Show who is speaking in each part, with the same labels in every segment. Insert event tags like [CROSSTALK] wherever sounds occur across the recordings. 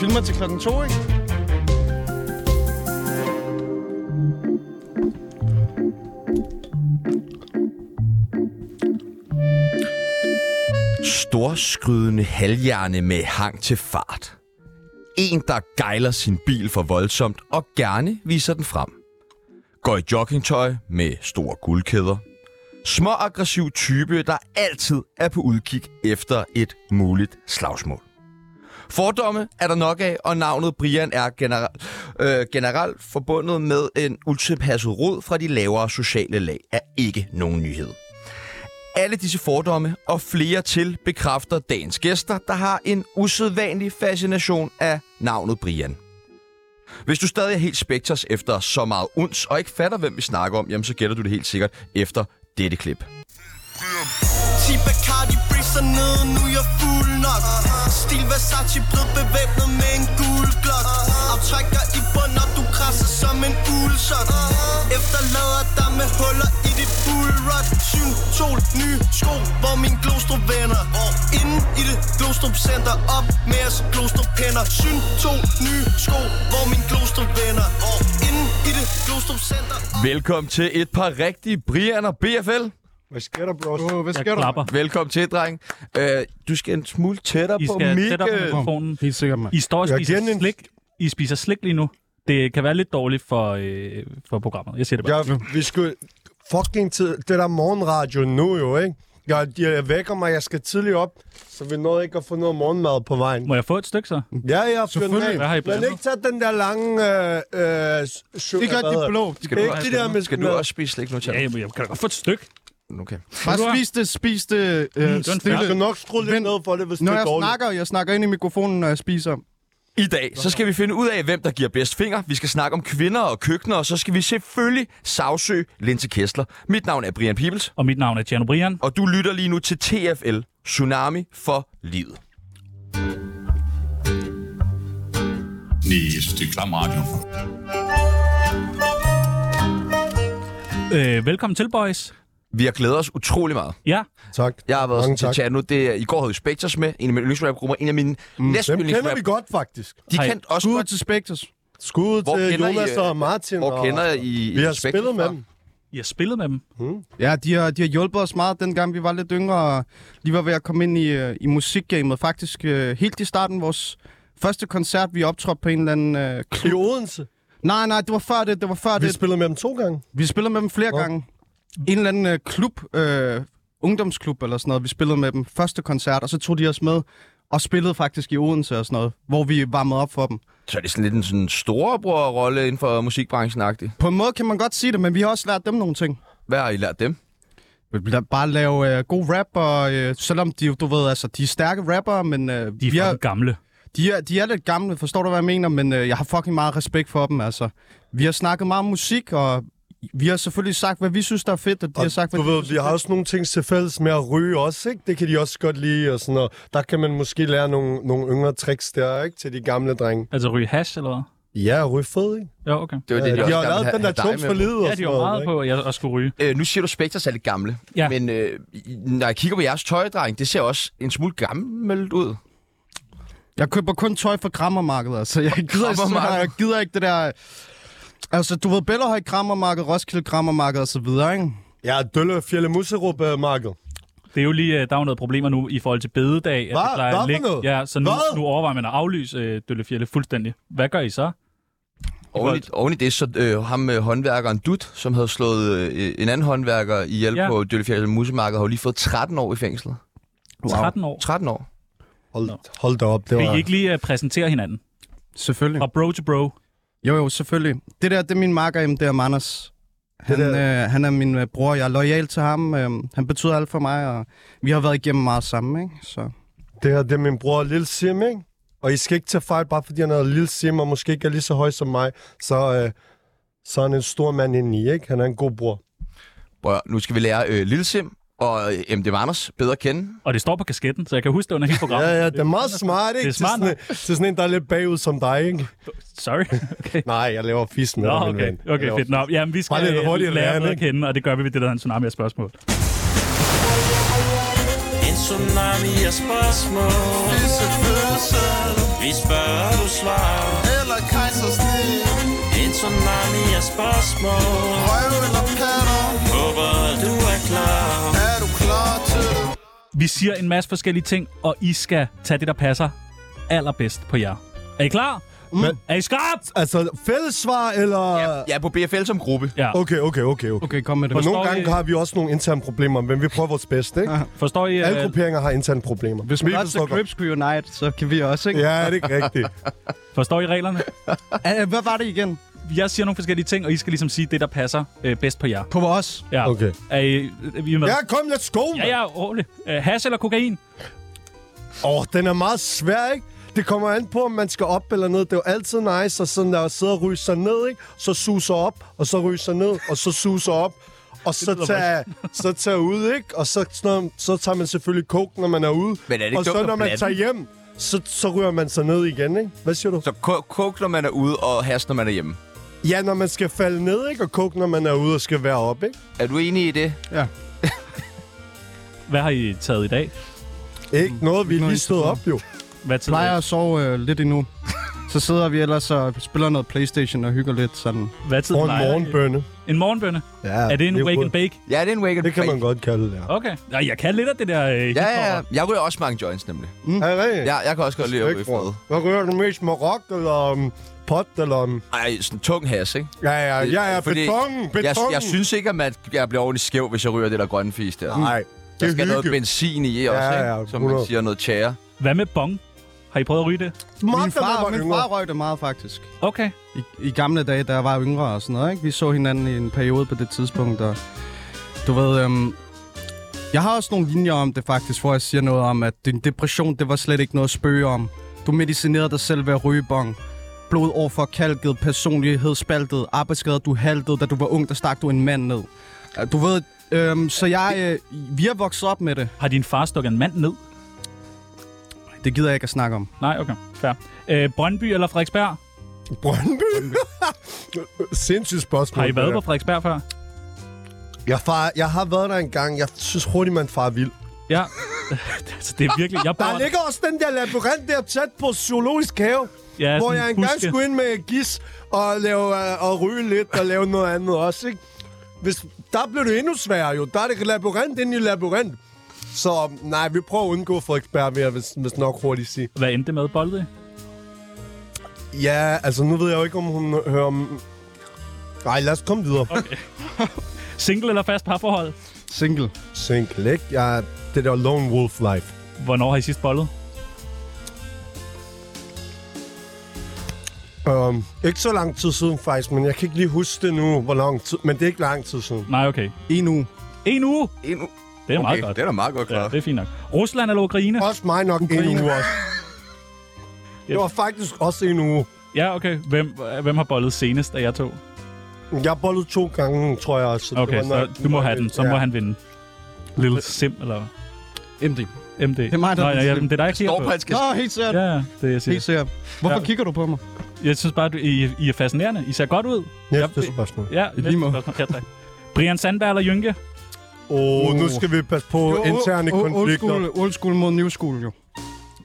Speaker 1: filmer til klokken to, ikke?
Speaker 2: Storskrydende halvhjerne med hang til fart. En, der gejler sin bil for voldsomt og gerne viser den frem. Går i joggingtøj med store guldkæder. Små aggressiv type, der altid er på udkig efter et muligt slagsmål. Fordomme er der nok af, og navnet Brian er generelt, øh, generelt forbundet med en utilpasset rod fra de lavere sociale lag, er ikke nogen nyhed. Alle disse fordomme og flere til bekræfter dagens gæster, der har en usædvanlig fascination af navnet Brian. Hvis du stadig er helt spekters efter så meget uns og ikke fatter, hvem vi snakker om, jamen så gætter du det helt sikkert efter dette klip.
Speaker 3: 10 Bacardi briser ned, nu er jeg fuld nok Stil Versace, blød bevæbnet med en gul glok Aftrækker i bund, og du krasser som en uldsok Efterlader dig med huller i dit bullrot Syn, sol, nye sko, hvor min glostrup vender Inden i det glostrup center, op med os glostrup hænder Syn, sol, nye sko, hvor min glostrup vender Inden i det glostrup center, op
Speaker 2: Velkommen til et par rigtige Brian og BFL.
Speaker 4: Hvad sker der, bros?
Speaker 1: Åh, hvad
Speaker 5: Jeg
Speaker 1: sker der?
Speaker 5: klapper.
Speaker 2: Velkommen til, dreng. Øh, du skal en smule tættere
Speaker 5: I
Speaker 2: på
Speaker 5: skal
Speaker 2: Mikkel.
Speaker 5: tættere på mikrofonen.
Speaker 4: Helt sikkert, mand.
Speaker 5: I står og
Speaker 4: Jeg
Speaker 5: spiser
Speaker 4: giver den en-
Speaker 5: slik. I spiser slik lige nu. Det kan være lidt dårligt for, øh, for programmet. Jeg siger det bare.
Speaker 4: Jeg, vi skulle... Fucking tid. Det der morgenradio nu jo, ikke? Jeg, jeg vækker mig, jeg skal tidligt op, så vi nåede ikke at få noget morgenmad på vejen.
Speaker 5: Må jeg få et stykke så?
Speaker 4: Ja, ja,
Speaker 5: Selvfølgelig. Hvad har
Speaker 4: Selvfølgelig.
Speaker 5: I
Speaker 4: Men
Speaker 5: blandet?
Speaker 4: ikke tage den der lange... Øh, øh,
Speaker 1: Det gør de blå.
Speaker 2: Skal du,
Speaker 4: Ikke
Speaker 2: også,
Speaker 4: det der med-
Speaker 2: skal du
Speaker 4: med-
Speaker 2: også spise slik nu,
Speaker 5: Ja,
Speaker 2: Tjern?
Speaker 5: jeg, jeg kan da godt få et stykke.
Speaker 2: Okay.
Speaker 1: Bare
Speaker 5: du have?
Speaker 1: spis det, spis det øh,
Speaker 5: den
Speaker 4: Jeg skal
Speaker 1: stille.
Speaker 4: nok skrue lidt
Speaker 1: Vent.
Speaker 4: ned for det, hvis
Speaker 1: Når
Speaker 4: det er
Speaker 1: jeg
Speaker 4: dårligt.
Speaker 1: snakker, jeg snakker ind i mikrofonen, når jeg spiser.
Speaker 2: I dag, så skal vi finde ud af, hvem der giver bedst finger. Vi skal snakke om kvinder og køkkener, og så skal vi selvfølgelig sagsøge Linse Kessler. Mit navn er Brian Pibels,
Speaker 5: Og mit navn er Tjerno Brian.
Speaker 2: og du lytter lige nu til TFL Tsunami for Livet.
Speaker 6: Nee, jeg synes, det er klam radio.
Speaker 5: Øh, velkommen til, boys.
Speaker 2: Vi har glædet os utrolig meget.
Speaker 5: Ja,
Speaker 4: Tak.
Speaker 2: Jeg har været
Speaker 4: Mange
Speaker 2: sådan til
Speaker 4: tak.
Speaker 2: chat nu. Det, er- I går havde jo Spectres med, en af mine yndlingsrapgrupper, en af mine mm, næsten
Speaker 4: Dem kender vi
Speaker 2: yndlingsrap.
Speaker 4: godt, faktisk.
Speaker 2: De
Speaker 5: Hej.
Speaker 2: kendte også
Speaker 1: Skud
Speaker 2: godt.
Speaker 1: til Spectres.
Speaker 4: Skud
Speaker 2: Hvor
Speaker 4: til
Speaker 2: kender I,
Speaker 4: Jonas
Speaker 2: øh,
Speaker 4: og Martin.
Speaker 2: Hvor
Speaker 4: og-
Speaker 2: kender jeg I
Speaker 4: Vi har
Speaker 2: Spectres
Speaker 4: spillet med
Speaker 2: fra?
Speaker 4: dem.
Speaker 5: I har spillet med dem.
Speaker 1: Ja, de har, de har hjulpet os meget, dengang vi var lidt yngre, og lige var ved at komme ind i, øh, i musikgamet. Faktisk øh, helt i starten, vores første koncert, vi optrådte på en eller anden øh,
Speaker 4: I
Speaker 1: klub.
Speaker 4: Odense.
Speaker 1: Nej, nej, det var før det, det var før
Speaker 4: Vi
Speaker 1: det.
Speaker 4: spillede med dem to gange.
Speaker 1: Vi spillede med dem flere
Speaker 4: Nå.
Speaker 1: gange. En eller anden øh, klub, øh, ungdomsklub eller sådan noget, vi spillede med dem første koncert, og så tog de os med og spillede faktisk i Odense og sådan noget, hvor vi varmede op for dem.
Speaker 2: Så er det sådan lidt en sådan storebror-rolle inden for musikbranchen-agtig.
Speaker 1: På en måde kan man godt sige det, men vi har også lært dem nogle ting.
Speaker 2: Hvad har I lært dem?
Speaker 1: Vi vil da bare lave øh, god rap, og øh, selvom de, jo, du ved, altså, de er stærke rappere, men øh,
Speaker 5: De er
Speaker 1: vi
Speaker 5: ja.
Speaker 1: er,
Speaker 5: gamle.
Speaker 1: de, er, de er lidt gamle, forstår du, hvad jeg mener? Men øh, jeg har fucking meget respekt for dem, altså. Vi har snakket meget om musik, og vi har selvfølgelig sagt, hvad vi synes, der er fedt, og de har sagt, hvad
Speaker 4: du
Speaker 1: de
Speaker 4: ved,
Speaker 1: synes,
Speaker 4: vi
Speaker 1: der er
Speaker 4: har også nogle ting til fælles med at ryge også, ikke? Det kan de også godt lide og sådan noget. Der kan man måske lære nogle, nogle yngre tricks der, ikke? Til de gamle drenge.
Speaker 5: Altså ryge hash eller hvad?
Speaker 4: Ja, ryge fed, ikke?
Speaker 5: Ja, okay.
Speaker 2: Det var
Speaker 4: Ja,
Speaker 2: det,
Speaker 4: de
Speaker 2: også
Speaker 4: har
Speaker 2: gerne
Speaker 4: lavet
Speaker 2: ville
Speaker 4: den der
Speaker 2: have- have dig
Speaker 4: tums
Speaker 2: med
Speaker 4: for
Speaker 2: på.
Speaker 4: livet
Speaker 5: Ja,
Speaker 4: og
Speaker 5: de
Speaker 4: sådan
Speaker 5: var
Speaker 4: noget,
Speaker 5: meget
Speaker 4: ikke?
Speaker 5: på, at jeg også skulle ryge.
Speaker 2: Øh, nu siger du, Spectres er lidt gamle.
Speaker 5: Ja.
Speaker 2: Men øh, i- når jeg kigger på jeres tøj, dreng, det ser også en smule gammelt ud.
Speaker 1: Jeg køber kun tøj fra krammermarkedet, altså. Jeg gider,
Speaker 2: Krammermarked?
Speaker 1: jeg gider ikke det der... Altså, du ved, Bellerhøj krammermarked, Roskilde krammermarked og så videre, ikke?
Speaker 4: Ja, Dølle Fjelle Muserup øh, Marked.
Speaker 5: Det er jo lige, øh, der er jo noget problemer nu i forhold til bededag. at det
Speaker 4: Hvad?
Speaker 5: plejer at
Speaker 4: Hvad for
Speaker 5: ligge-
Speaker 4: noget?
Speaker 5: Ja, så nu,
Speaker 4: Hvad?
Speaker 5: nu overvejer man at aflyse øh, Døllefjælde fuldstændig. Hvad gør I så?
Speaker 2: Oven i, oven i det, så øh, ham øh, håndværkeren Dut, som havde slået øh, en anden håndværker ihjel ja.
Speaker 5: Ja.
Speaker 2: på Døllefjælde Musemarked, har jo lige fået 13 år i fængslet.
Speaker 5: 13 år.
Speaker 2: 13 år.
Speaker 4: Hold, hold da op, det
Speaker 5: Vil I
Speaker 4: var...
Speaker 5: ikke lige øh, præsentere hinanden?
Speaker 1: Selvfølgelig.
Speaker 5: Fra bro til bro.
Speaker 1: Jo, jo, selvfølgelig. Det der, det er min makker, jamen, det er Manders. Han,
Speaker 4: der-
Speaker 1: øh, han er min øh, bror, jeg er lojal til ham. Øh, han betyder alt for mig, og vi har været igennem meget sammen, ikke? Så
Speaker 4: Det her, det er min bror Lille Sim, ikke? Og I skal ikke tage fejl, bare fordi han er Lille Sim, og måske ikke er lige så høj som mig, så, øh, så er han en stor mand indeni, ikke? Han er en god bror.
Speaker 2: Bror, nu skal vi lære øh, Lille Sim og øh, MD Anders bedre at kende.
Speaker 5: Og det står på kasketten, så jeg kan huske det under hele programmet.
Speaker 4: Ja, ja, det er meget smart, ikke?
Speaker 5: Det er smart
Speaker 4: til, sådan, en- til sådan en, der er lidt bagud som dig, ikke? [LAUGHS]
Speaker 5: Sorry. Okay.
Speaker 4: Nej, jeg laver fisk med
Speaker 5: Nå,
Speaker 4: dig, min
Speaker 5: okay.
Speaker 4: ven. Jeg
Speaker 5: Okay,
Speaker 4: laver
Speaker 5: fedt. Nå, jamen, vi skal
Speaker 4: Bare lidt
Speaker 5: øh,
Speaker 4: hurtigere lære
Speaker 5: lære
Speaker 4: den,
Speaker 5: bedre at
Speaker 4: ikke?
Speaker 5: kende, og det gør vi ved det, der er en tsunami af spørgsmål.
Speaker 7: En tsunami af spørgsmål Vi spørger, du tsunami af spørgsmål
Speaker 3: Røv eller patter,
Speaker 7: Håber at du er klar
Speaker 3: er du klar til det?
Speaker 5: Vi siger en masse forskellige ting, og I skal tage det, der passer allerbedst på jer. Er I klar? Mm. Er I skarpt?
Speaker 4: Altså, fælles svar, eller...
Speaker 2: Ja, på BFL som gruppe.
Speaker 5: Ja.
Speaker 4: Okay, okay, okay, okay.
Speaker 1: Okay, kom med det.
Speaker 4: Og
Speaker 5: Forstår
Speaker 4: nogle gange
Speaker 5: I-
Speaker 4: har vi også nogle interne problemer, men vi prøver vores bedste, ikke?
Speaker 5: Forstår I?
Speaker 4: Alle
Speaker 5: øh,
Speaker 4: grupperinger har interne problemer.
Speaker 1: Hvis
Speaker 4: Vi
Speaker 1: man også
Speaker 4: forstår
Speaker 1: til
Speaker 4: godt.
Speaker 1: Crips kunne unite, så kan vi også, ikke?
Speaker 4: Ja, det er ikke
Speaker 5: [LAUGHS]
Speaker 4: rigtigt.
Speaker 5: forstår I reglerne? [LAUGHS]
Speaker 1: Ja. øh, Hvad var det igen?
Speaker 5: Jeg siger nogle forskellige ting, og I skal ligesom sige det, der passer øh, bedst på jer.
Speaker 1: På os.
Speaker 5: Ja.
Speaker 4: Okay.
Speaker 5: Er I, er I med?
Speaker 4: Ja, kom, let's go,
Speaker 5: Ja, ja, roligt. Øh, hash eller kokain?
Speaker 4: Åh, oh, den er meget svær, ikke? Det kommer an på, om man skal op eller ned. Det er jo altid nice at sådan der, sidde og ryge sig ned, ikke? Så suser op, og så ryge sig ned, og så suser op.
Speaker 5: [LAUGHS]
Speaker 4: Og så tager, så tager ud, ikke? Og så, sådan noget- så tager man selvfølgelig coke, når man er ude.
Speaker 2: Men er det ikke
Speaker 4: og så
Speaker 2: dumt at
Speaker 4: når man
Speaker 2: blande?
Speaker 4: tager hjem, så, så ryger man sig ned igen, ikke? Hvad siger du?
Speaker 2: Så ko- coke, når man er ude, og hash, når man er hjemme.
Speaker 4: Ja, når man skal falde ned, ikke? Og coke, når man er ude og skal være op, ikke?
Speaker 2: Er du enig i det?
Speaker 5: Hvad har I taget i dag?
Speaker 4: Ikke
Speaker 5: Mm.
Speaker 4: noget, vi
Speaker 1: Nå,
Speaker 4: lige
Speaker 1: ikke
Speaker 4: stod op, jo.
Speaker 5: Hvad tid
Speaker 1: Plejer
Speaker 5: er
Speaker 1: at sove øh, lidt endnu. Så sidder vi ellers og spiller noget Playstation og hygger lidt sådan.
Speaker 5: det? Hvad tid
Speaker 4: Og en
Speaker 5: plejer I?
Speaker 4: morgenbønne.
Speaker 5: En morgenbønne?
Speaker 4: Ja,
Speaker 5: Er det en
Speaker 4: er
Speaker 5: wake
Speaker 4: jo-
Speaker 5: and bake?
Speaker 2: Ja, det er en wake and
Speaker 4: Det kan man
Speaker 2: bake.
Speaker 4: godt kalde det, ja.
Speaker 5: Okay. Ja, jeg kan lidt af det der øh,
Speaker 2: Ja,
Speaker 5: hiphop.
Speaker 2: ja, ja. Jeg ryger også mange joints, nemlig.
Speaker 4: Mm. Er det rigtigt?
Speaker 2: Ja, jeg kan også godt lide at ryge fred.
Speaker 4: Hvad rører du mest? Marok eller um, pot eller... Um,
Speaker 2: Ej, sådan tung hash, ikke?
Speaker 4: ja, ja, ja, ja,
Speaker 2: Øh, Fordi
Speaker 4: betongen,
Speaker 2: Jeg,
Speaker 4: betongen.
Speaker 2: jeg synes ikke, at man, jeg bliver ordentligt skæv, hvis jeg ryger det der grønne fis der.
Speaker 4: Nej, Mm. det
Speaker 2: Der
Speaker 4: er
Speaker 2: skal noget
Speaker 4: hygge.
Speaker 2: benzin i også,
Speaker 4: Ja,
Speaker 2: ja,
Speaker 4: ja,
Speaker 2: ja, ikke? Som man
Speaker 4: 100.
Speaker 2: siger, noget tjære.
Speaker 5: Hvad med bong? Har I prøvet at ryge det?
Speaker 1: Min
Speaker 4: var
Speaker 1: far, min
Speaker 4: yngre.
Speaker 1: far røg det meget, faktisk.
Speaker 5: Okay.
Speaker 1: I, I gamle dage, da jeg var yngre og sådan noget, ikke? Vi så hinanden i en periode på det tidspunkt, og du ved... Øhm, jeg har også nogle linjer om det faktisk, hvor jeg siger noget om, at din depression, det var slet ikke noget at spøge om. Du medicinerede dig selv ved at ryge bong. Blod overfor kalket, personlighed spaltet, arbejdsskader du haltede, da du var ung, der stak du en mand ned. Øh, Du ved, øhm, så jeg, øh, vi har vokset op med det.
Speaker 5: Har din far stukket en mand ned?
Speaker 1: Det gider jeg ikke at snakke om.
Speaker 5: Nej, okay. Fair. Øh, Brøndby eller Frederiksberg?
Speaker 4: Brøndby. [LAUGHS] Sindssygt spørgsmål.
Speaker 5: Har I været
Speaker 4: det
Speaker 5: på
Speaker 4: der.
Speaker 5: Frederiksberg før?
Speaker 4: Jeg, far, jeg har været der en gang. Jeg synes hurtigt, man far er vild.
Speaker 5: [LAUGHS] Ja. altså, det er virkelig... Jeg
Speaker 4: Der
Speaker 5: bor,
Speaker 4: ligger også den der labyrint der tæt på zoologisk have,
Speaker 5: ja,
Speaker 4: hvor
Speaker 5: sådan
Speaker 4: jeg engang
Speaker 5: buske.
Speaker 4: skulle ind med gis og, lave, øh, og ryge lidt og lave noget andet også, ikke? Hvis, der blev det endnu sværere jo. Der er det labyrint ind i labyrint. Så nej, vi prøver at undgå Frederiksberg, vil jeg hvis, hvis nok hurtigt sige.
Speaker 5: Hvad endte det med, Bolde?
Speaker 4: Ja, altså nu ved jeg jo ikke, om hun hører om... Nej, lad os komme videre. Okay.
Speaker 5: Single eller fast parforhold?
Speaker 1: Single.
Speaker 4: Single, ikke? Jeg, det der lone wolf life.
Speaker 5: Hvornår har I sidst bollet?
Speaker 4: Um, ikke så lang tid siden faktisk, men jeg kan ikke lige huske det nu, hvor lang tid... Men det er ikke lang tid siden.
Speaker 5: Nej, okay.
Speaker 1: En uge.
Speaker 5: En uge!
Speaker 2: Endnu.
Speaker 5: Det er okay, meget
Speaker 2: Okay,
Speaker 5: godt.
Speaker 2: det er da meget godt
Speaker 5: Ja,
Speaker 2: klart.
Speaker 5: det er fint nok. Rusland eller Ukraine?
Speaker 4: Også mig nok en uge
Speaker 5: [LAUGHS]
Speaker 4: også. Det var faktisk også en uge.
Speaker 5: Ja, okay. Hvem, hvem har bollet senest af jer to?
Speaker 4: Jeg bollede to gange, tror jeg. Så
Speaker 5: Okay,
Speaker 4: det var nok-
Speaker 5: så du må have den. Så må
Speaker 4: Ja.
Speaker 5: han vinde. Lille Sim, eller
Speaker 1: MD.
Speaker 5: MD. Det
Speaker 1: er mig, der
Speaker 5: Nå,
Speaker 1: er den
Speaker 5: ja,
Speaker 1: Sim.
Speaker 5: men det er dig, jeg kigger på.
Speaker 2: Storprins skal...
Speaker 1: Nå, helt sikkert.
Speaker 5: Ja, ja, det er jeg
Speaker 1: Helt
Speaker 5: siger.
Speaker 1: sikkert. Hvorfor
Speaker 5: Ja.
Speaker 1: kigger du på mig?
Speaker 5: Jeg synes bare, at I, I er fascinerende. I ser godt ud.
Speaker 4: Næste
Speaker 5: Jeg-
Speaker 4: spørgsmål.
Speaker 5: Ja, næste
Speaker 1: måde.
Speaker 5: spørgsmål. Ja, tak. Brian Sandberg eller Jynke?
Speaker 4: Åh, oh, nu skal vi passe på interne
Speaker 1: old
Speaker 4: konflikter.
Speaker 1: School, old school mod new school, jo.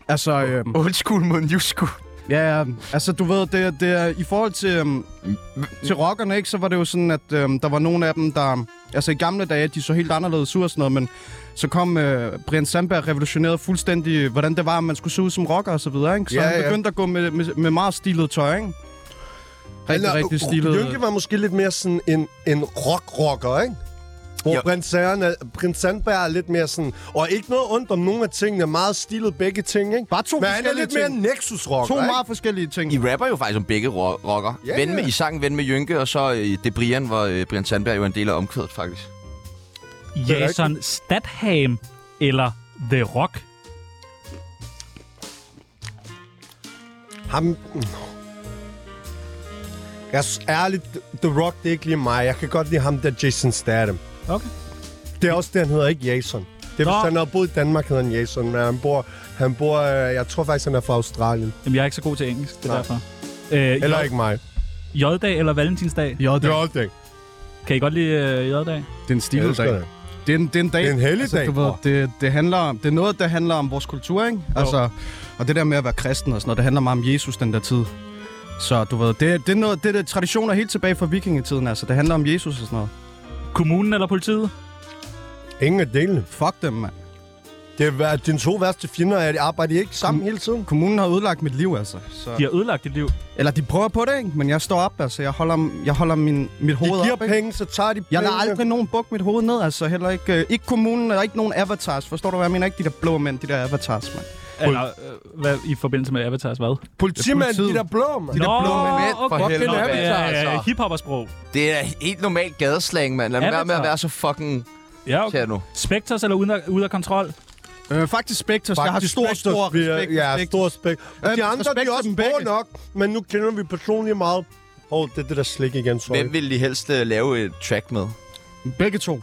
Speaker 1: Altså, øhm,
Speaker 2: Old school mod new school.
Speaker 1: ja, ja, altså du ved, det, det er, i forhold til, øhm, til rockerne, ikke, så var det jo sådan, at øhm, der var nogle af dem, der... Altså i gamle dage, de så helt anderledes ud og sådan noget, men så kom øh, Brian Sandberg og revolutionerede fuldstændig, hvordan det var, at man skulle se ud som rocker og så videre, ikke? Så
Speaker 4: Ja,
Speaker 1: han
Speaker 4: ja.
Speaker 1: begyndte at gå med, med, med meget stilet tøj, ikke? Rigtig,
Speaker 4: Eller,
Speaker 1: rigtig
Speaker 4: øh,
Speaker 1: stilet.
Speaker 4: Jynke var måske lidt mere sådan en, en rock-rocker, ikke? Hvor
Speaker 2: Jo.
Speaker 4: prins, Søren er, prins Sandberg er lidt mere sådan... Og ikke noget ondt om nogle af tingene. Meget stilet begge ting, ikke?
Speaker 1: Bare to
Speaker 4: Men han er
Speaker 1: forskellige
Speaker 4: lidt mere
Speaker 1: ting.
Speaker 4: en Nexus-rocker,
Speaker 1: To
Speaker 4: ikke?
Speaker 1: meget forskellige ting.
Speaker 2: I rapper jo faktisk om begge ro- rocker.
Speaker 4: Ja,
Speaker 2: Yeah, ven med,
Speaker 4: ja.
Speaker 2: I sangen Ven med Jynke, og så øh, det Brian, hvor øh, Brian Sandberg jo er en del af omkvædet, faktisk.
Speaker 4: er
Speaker 5: Jason Statham eller The Rock?
Speaker 4: Ham... Jeg er ærligt, The Rock, det er ikke lige mig. Jeg kan godt lide ham der Jason Statham.
Speaker 5: Okay.
Speaker 4: Det er også det, han hedder, ikke Jason. Det er,
Speaker 5: Nå.
Speaker 4: hvis han havde boet i Danmark, hedder han Jason. Men han bor... Han bor øh, jeg tror faktisk, han er fra Australien.
Speaker 5: Jamen, jeg er ikke så god til engelsk, det er
Speaker 4: Nej.
Speaker 5: derfor. Øh,
Speaker 4: Eller
Speaker 5: J-
Speaker 4: ikke mig.
Speaker 5: J-dag eller valentinsdag?
Speaker 1: Jo,
Speaker 4: Det
Speaker 1: det,
Speaker 4: er også det.
Speaker 5: Kan I godt lide øh, J-dag?
Speaker 1: det er en
Speaker 4: Jeg
Speaker 1: stilet
Speaker 4: elsker
Speaker 1: dag.
Speaker 4: det.
Speaker 1: Det er en, det er en dag.
Speaker 4: Det er en helligdag,
Speaker 1: Altså, du ved,
Speaker 4: bror.
Speaker 1: det, det, handler om, det er noget, der handler om vores kultur, ikke? Altså, og det der med at være kristen og sådan noget, det handler meget om Jesus den der tid. Så du ved, det, det er noget, det er det traditioner helt tilbage fra vikingetiden, altså. Det handler om Jesus og sådan noget.
Speaker 5: Kommunen eller politiet?
Speaker 4: Ingen af delene.
Speaker 1: Fuck dem, mand.
Speaker 4: Det er, hver- dine to værste fjender er, at arbejder I ikke sammen
Speaker 1: Mm.
Speaker 4: hele tiden.
Speaker 1: Kommunen har ødelagt mit liv, altså. Så.
Speaker 5: De har ødelagt dit liv.
Speaker 1: Eller de prøver på det, ikke? Men jeg står op, altså. Jeg holder, jeg holder min, mit
Speaker 4: De
Speaker 1: hoved
Speaker 4: giver
Speaker 1: op, ikke?
Speaker 4: penge, så tager de penge.
Speaker 1: Jeg lader aldrig nogen bukke mit hoved ned, altså. Heller ikke, øh, ikke kommunen, og ikke nogen avatars. Forstår du, hvad jeg mener? Ikke de der blå mænd, de der avatars, mand.
Speaker 5: Eller, øh, hvad, i forbindelse med Avatars hvad?
Speaker 4: Politimanden, de
Speaker 1: Politiet.
Speaker 4: der blå, mand.
Speaker 1: De der blå mænd.
Speaker 2: mænd, for helvede,
Speaker 5: Nå,
Speaker 2: mand,
Speaker 5: ja,
Speaker 2: altså.
Speaker 5: ja, Hiphoppersprog.
Speaker 2: Det er helt normalt gadeslang, mand. Lad mig være med at
Speaker 5: Avatar.
Speaker 2: være så fucking...
Speaker 5: Ja,
Speaker 2: Tag nu.
Speaker 5: Spectres eller ude af, ude af kontrol?
Speaker 1: Øh, faktisk Spectres. jeg har
Speaker 4: Faktisk
Speaker 1: stor,
Speaker 4: Spectres,
Speaker 1: stor
Speaker 4: vi er-
Speaker 1: respekt for
Speaker 4: Ja,
Speaker 1: Spectres.
Speaker 4: stor respekt.
Speaker 1: Øh,
Speaker 4: De andre,
Speaker 1: respekt
Speaker 4: de er
Speaker 1: for
Speaker 4: også
Speaker 1: dem
Speaker 4: gode
Speaker 1: begge.
Speaker 4: nok, men nu kender vi personligt meget. Åh, oh, det er det der slik igen, sorry.
Speaker 2: Hvem vil de helst øh, lave et track med?
Speaker 1: Begge to.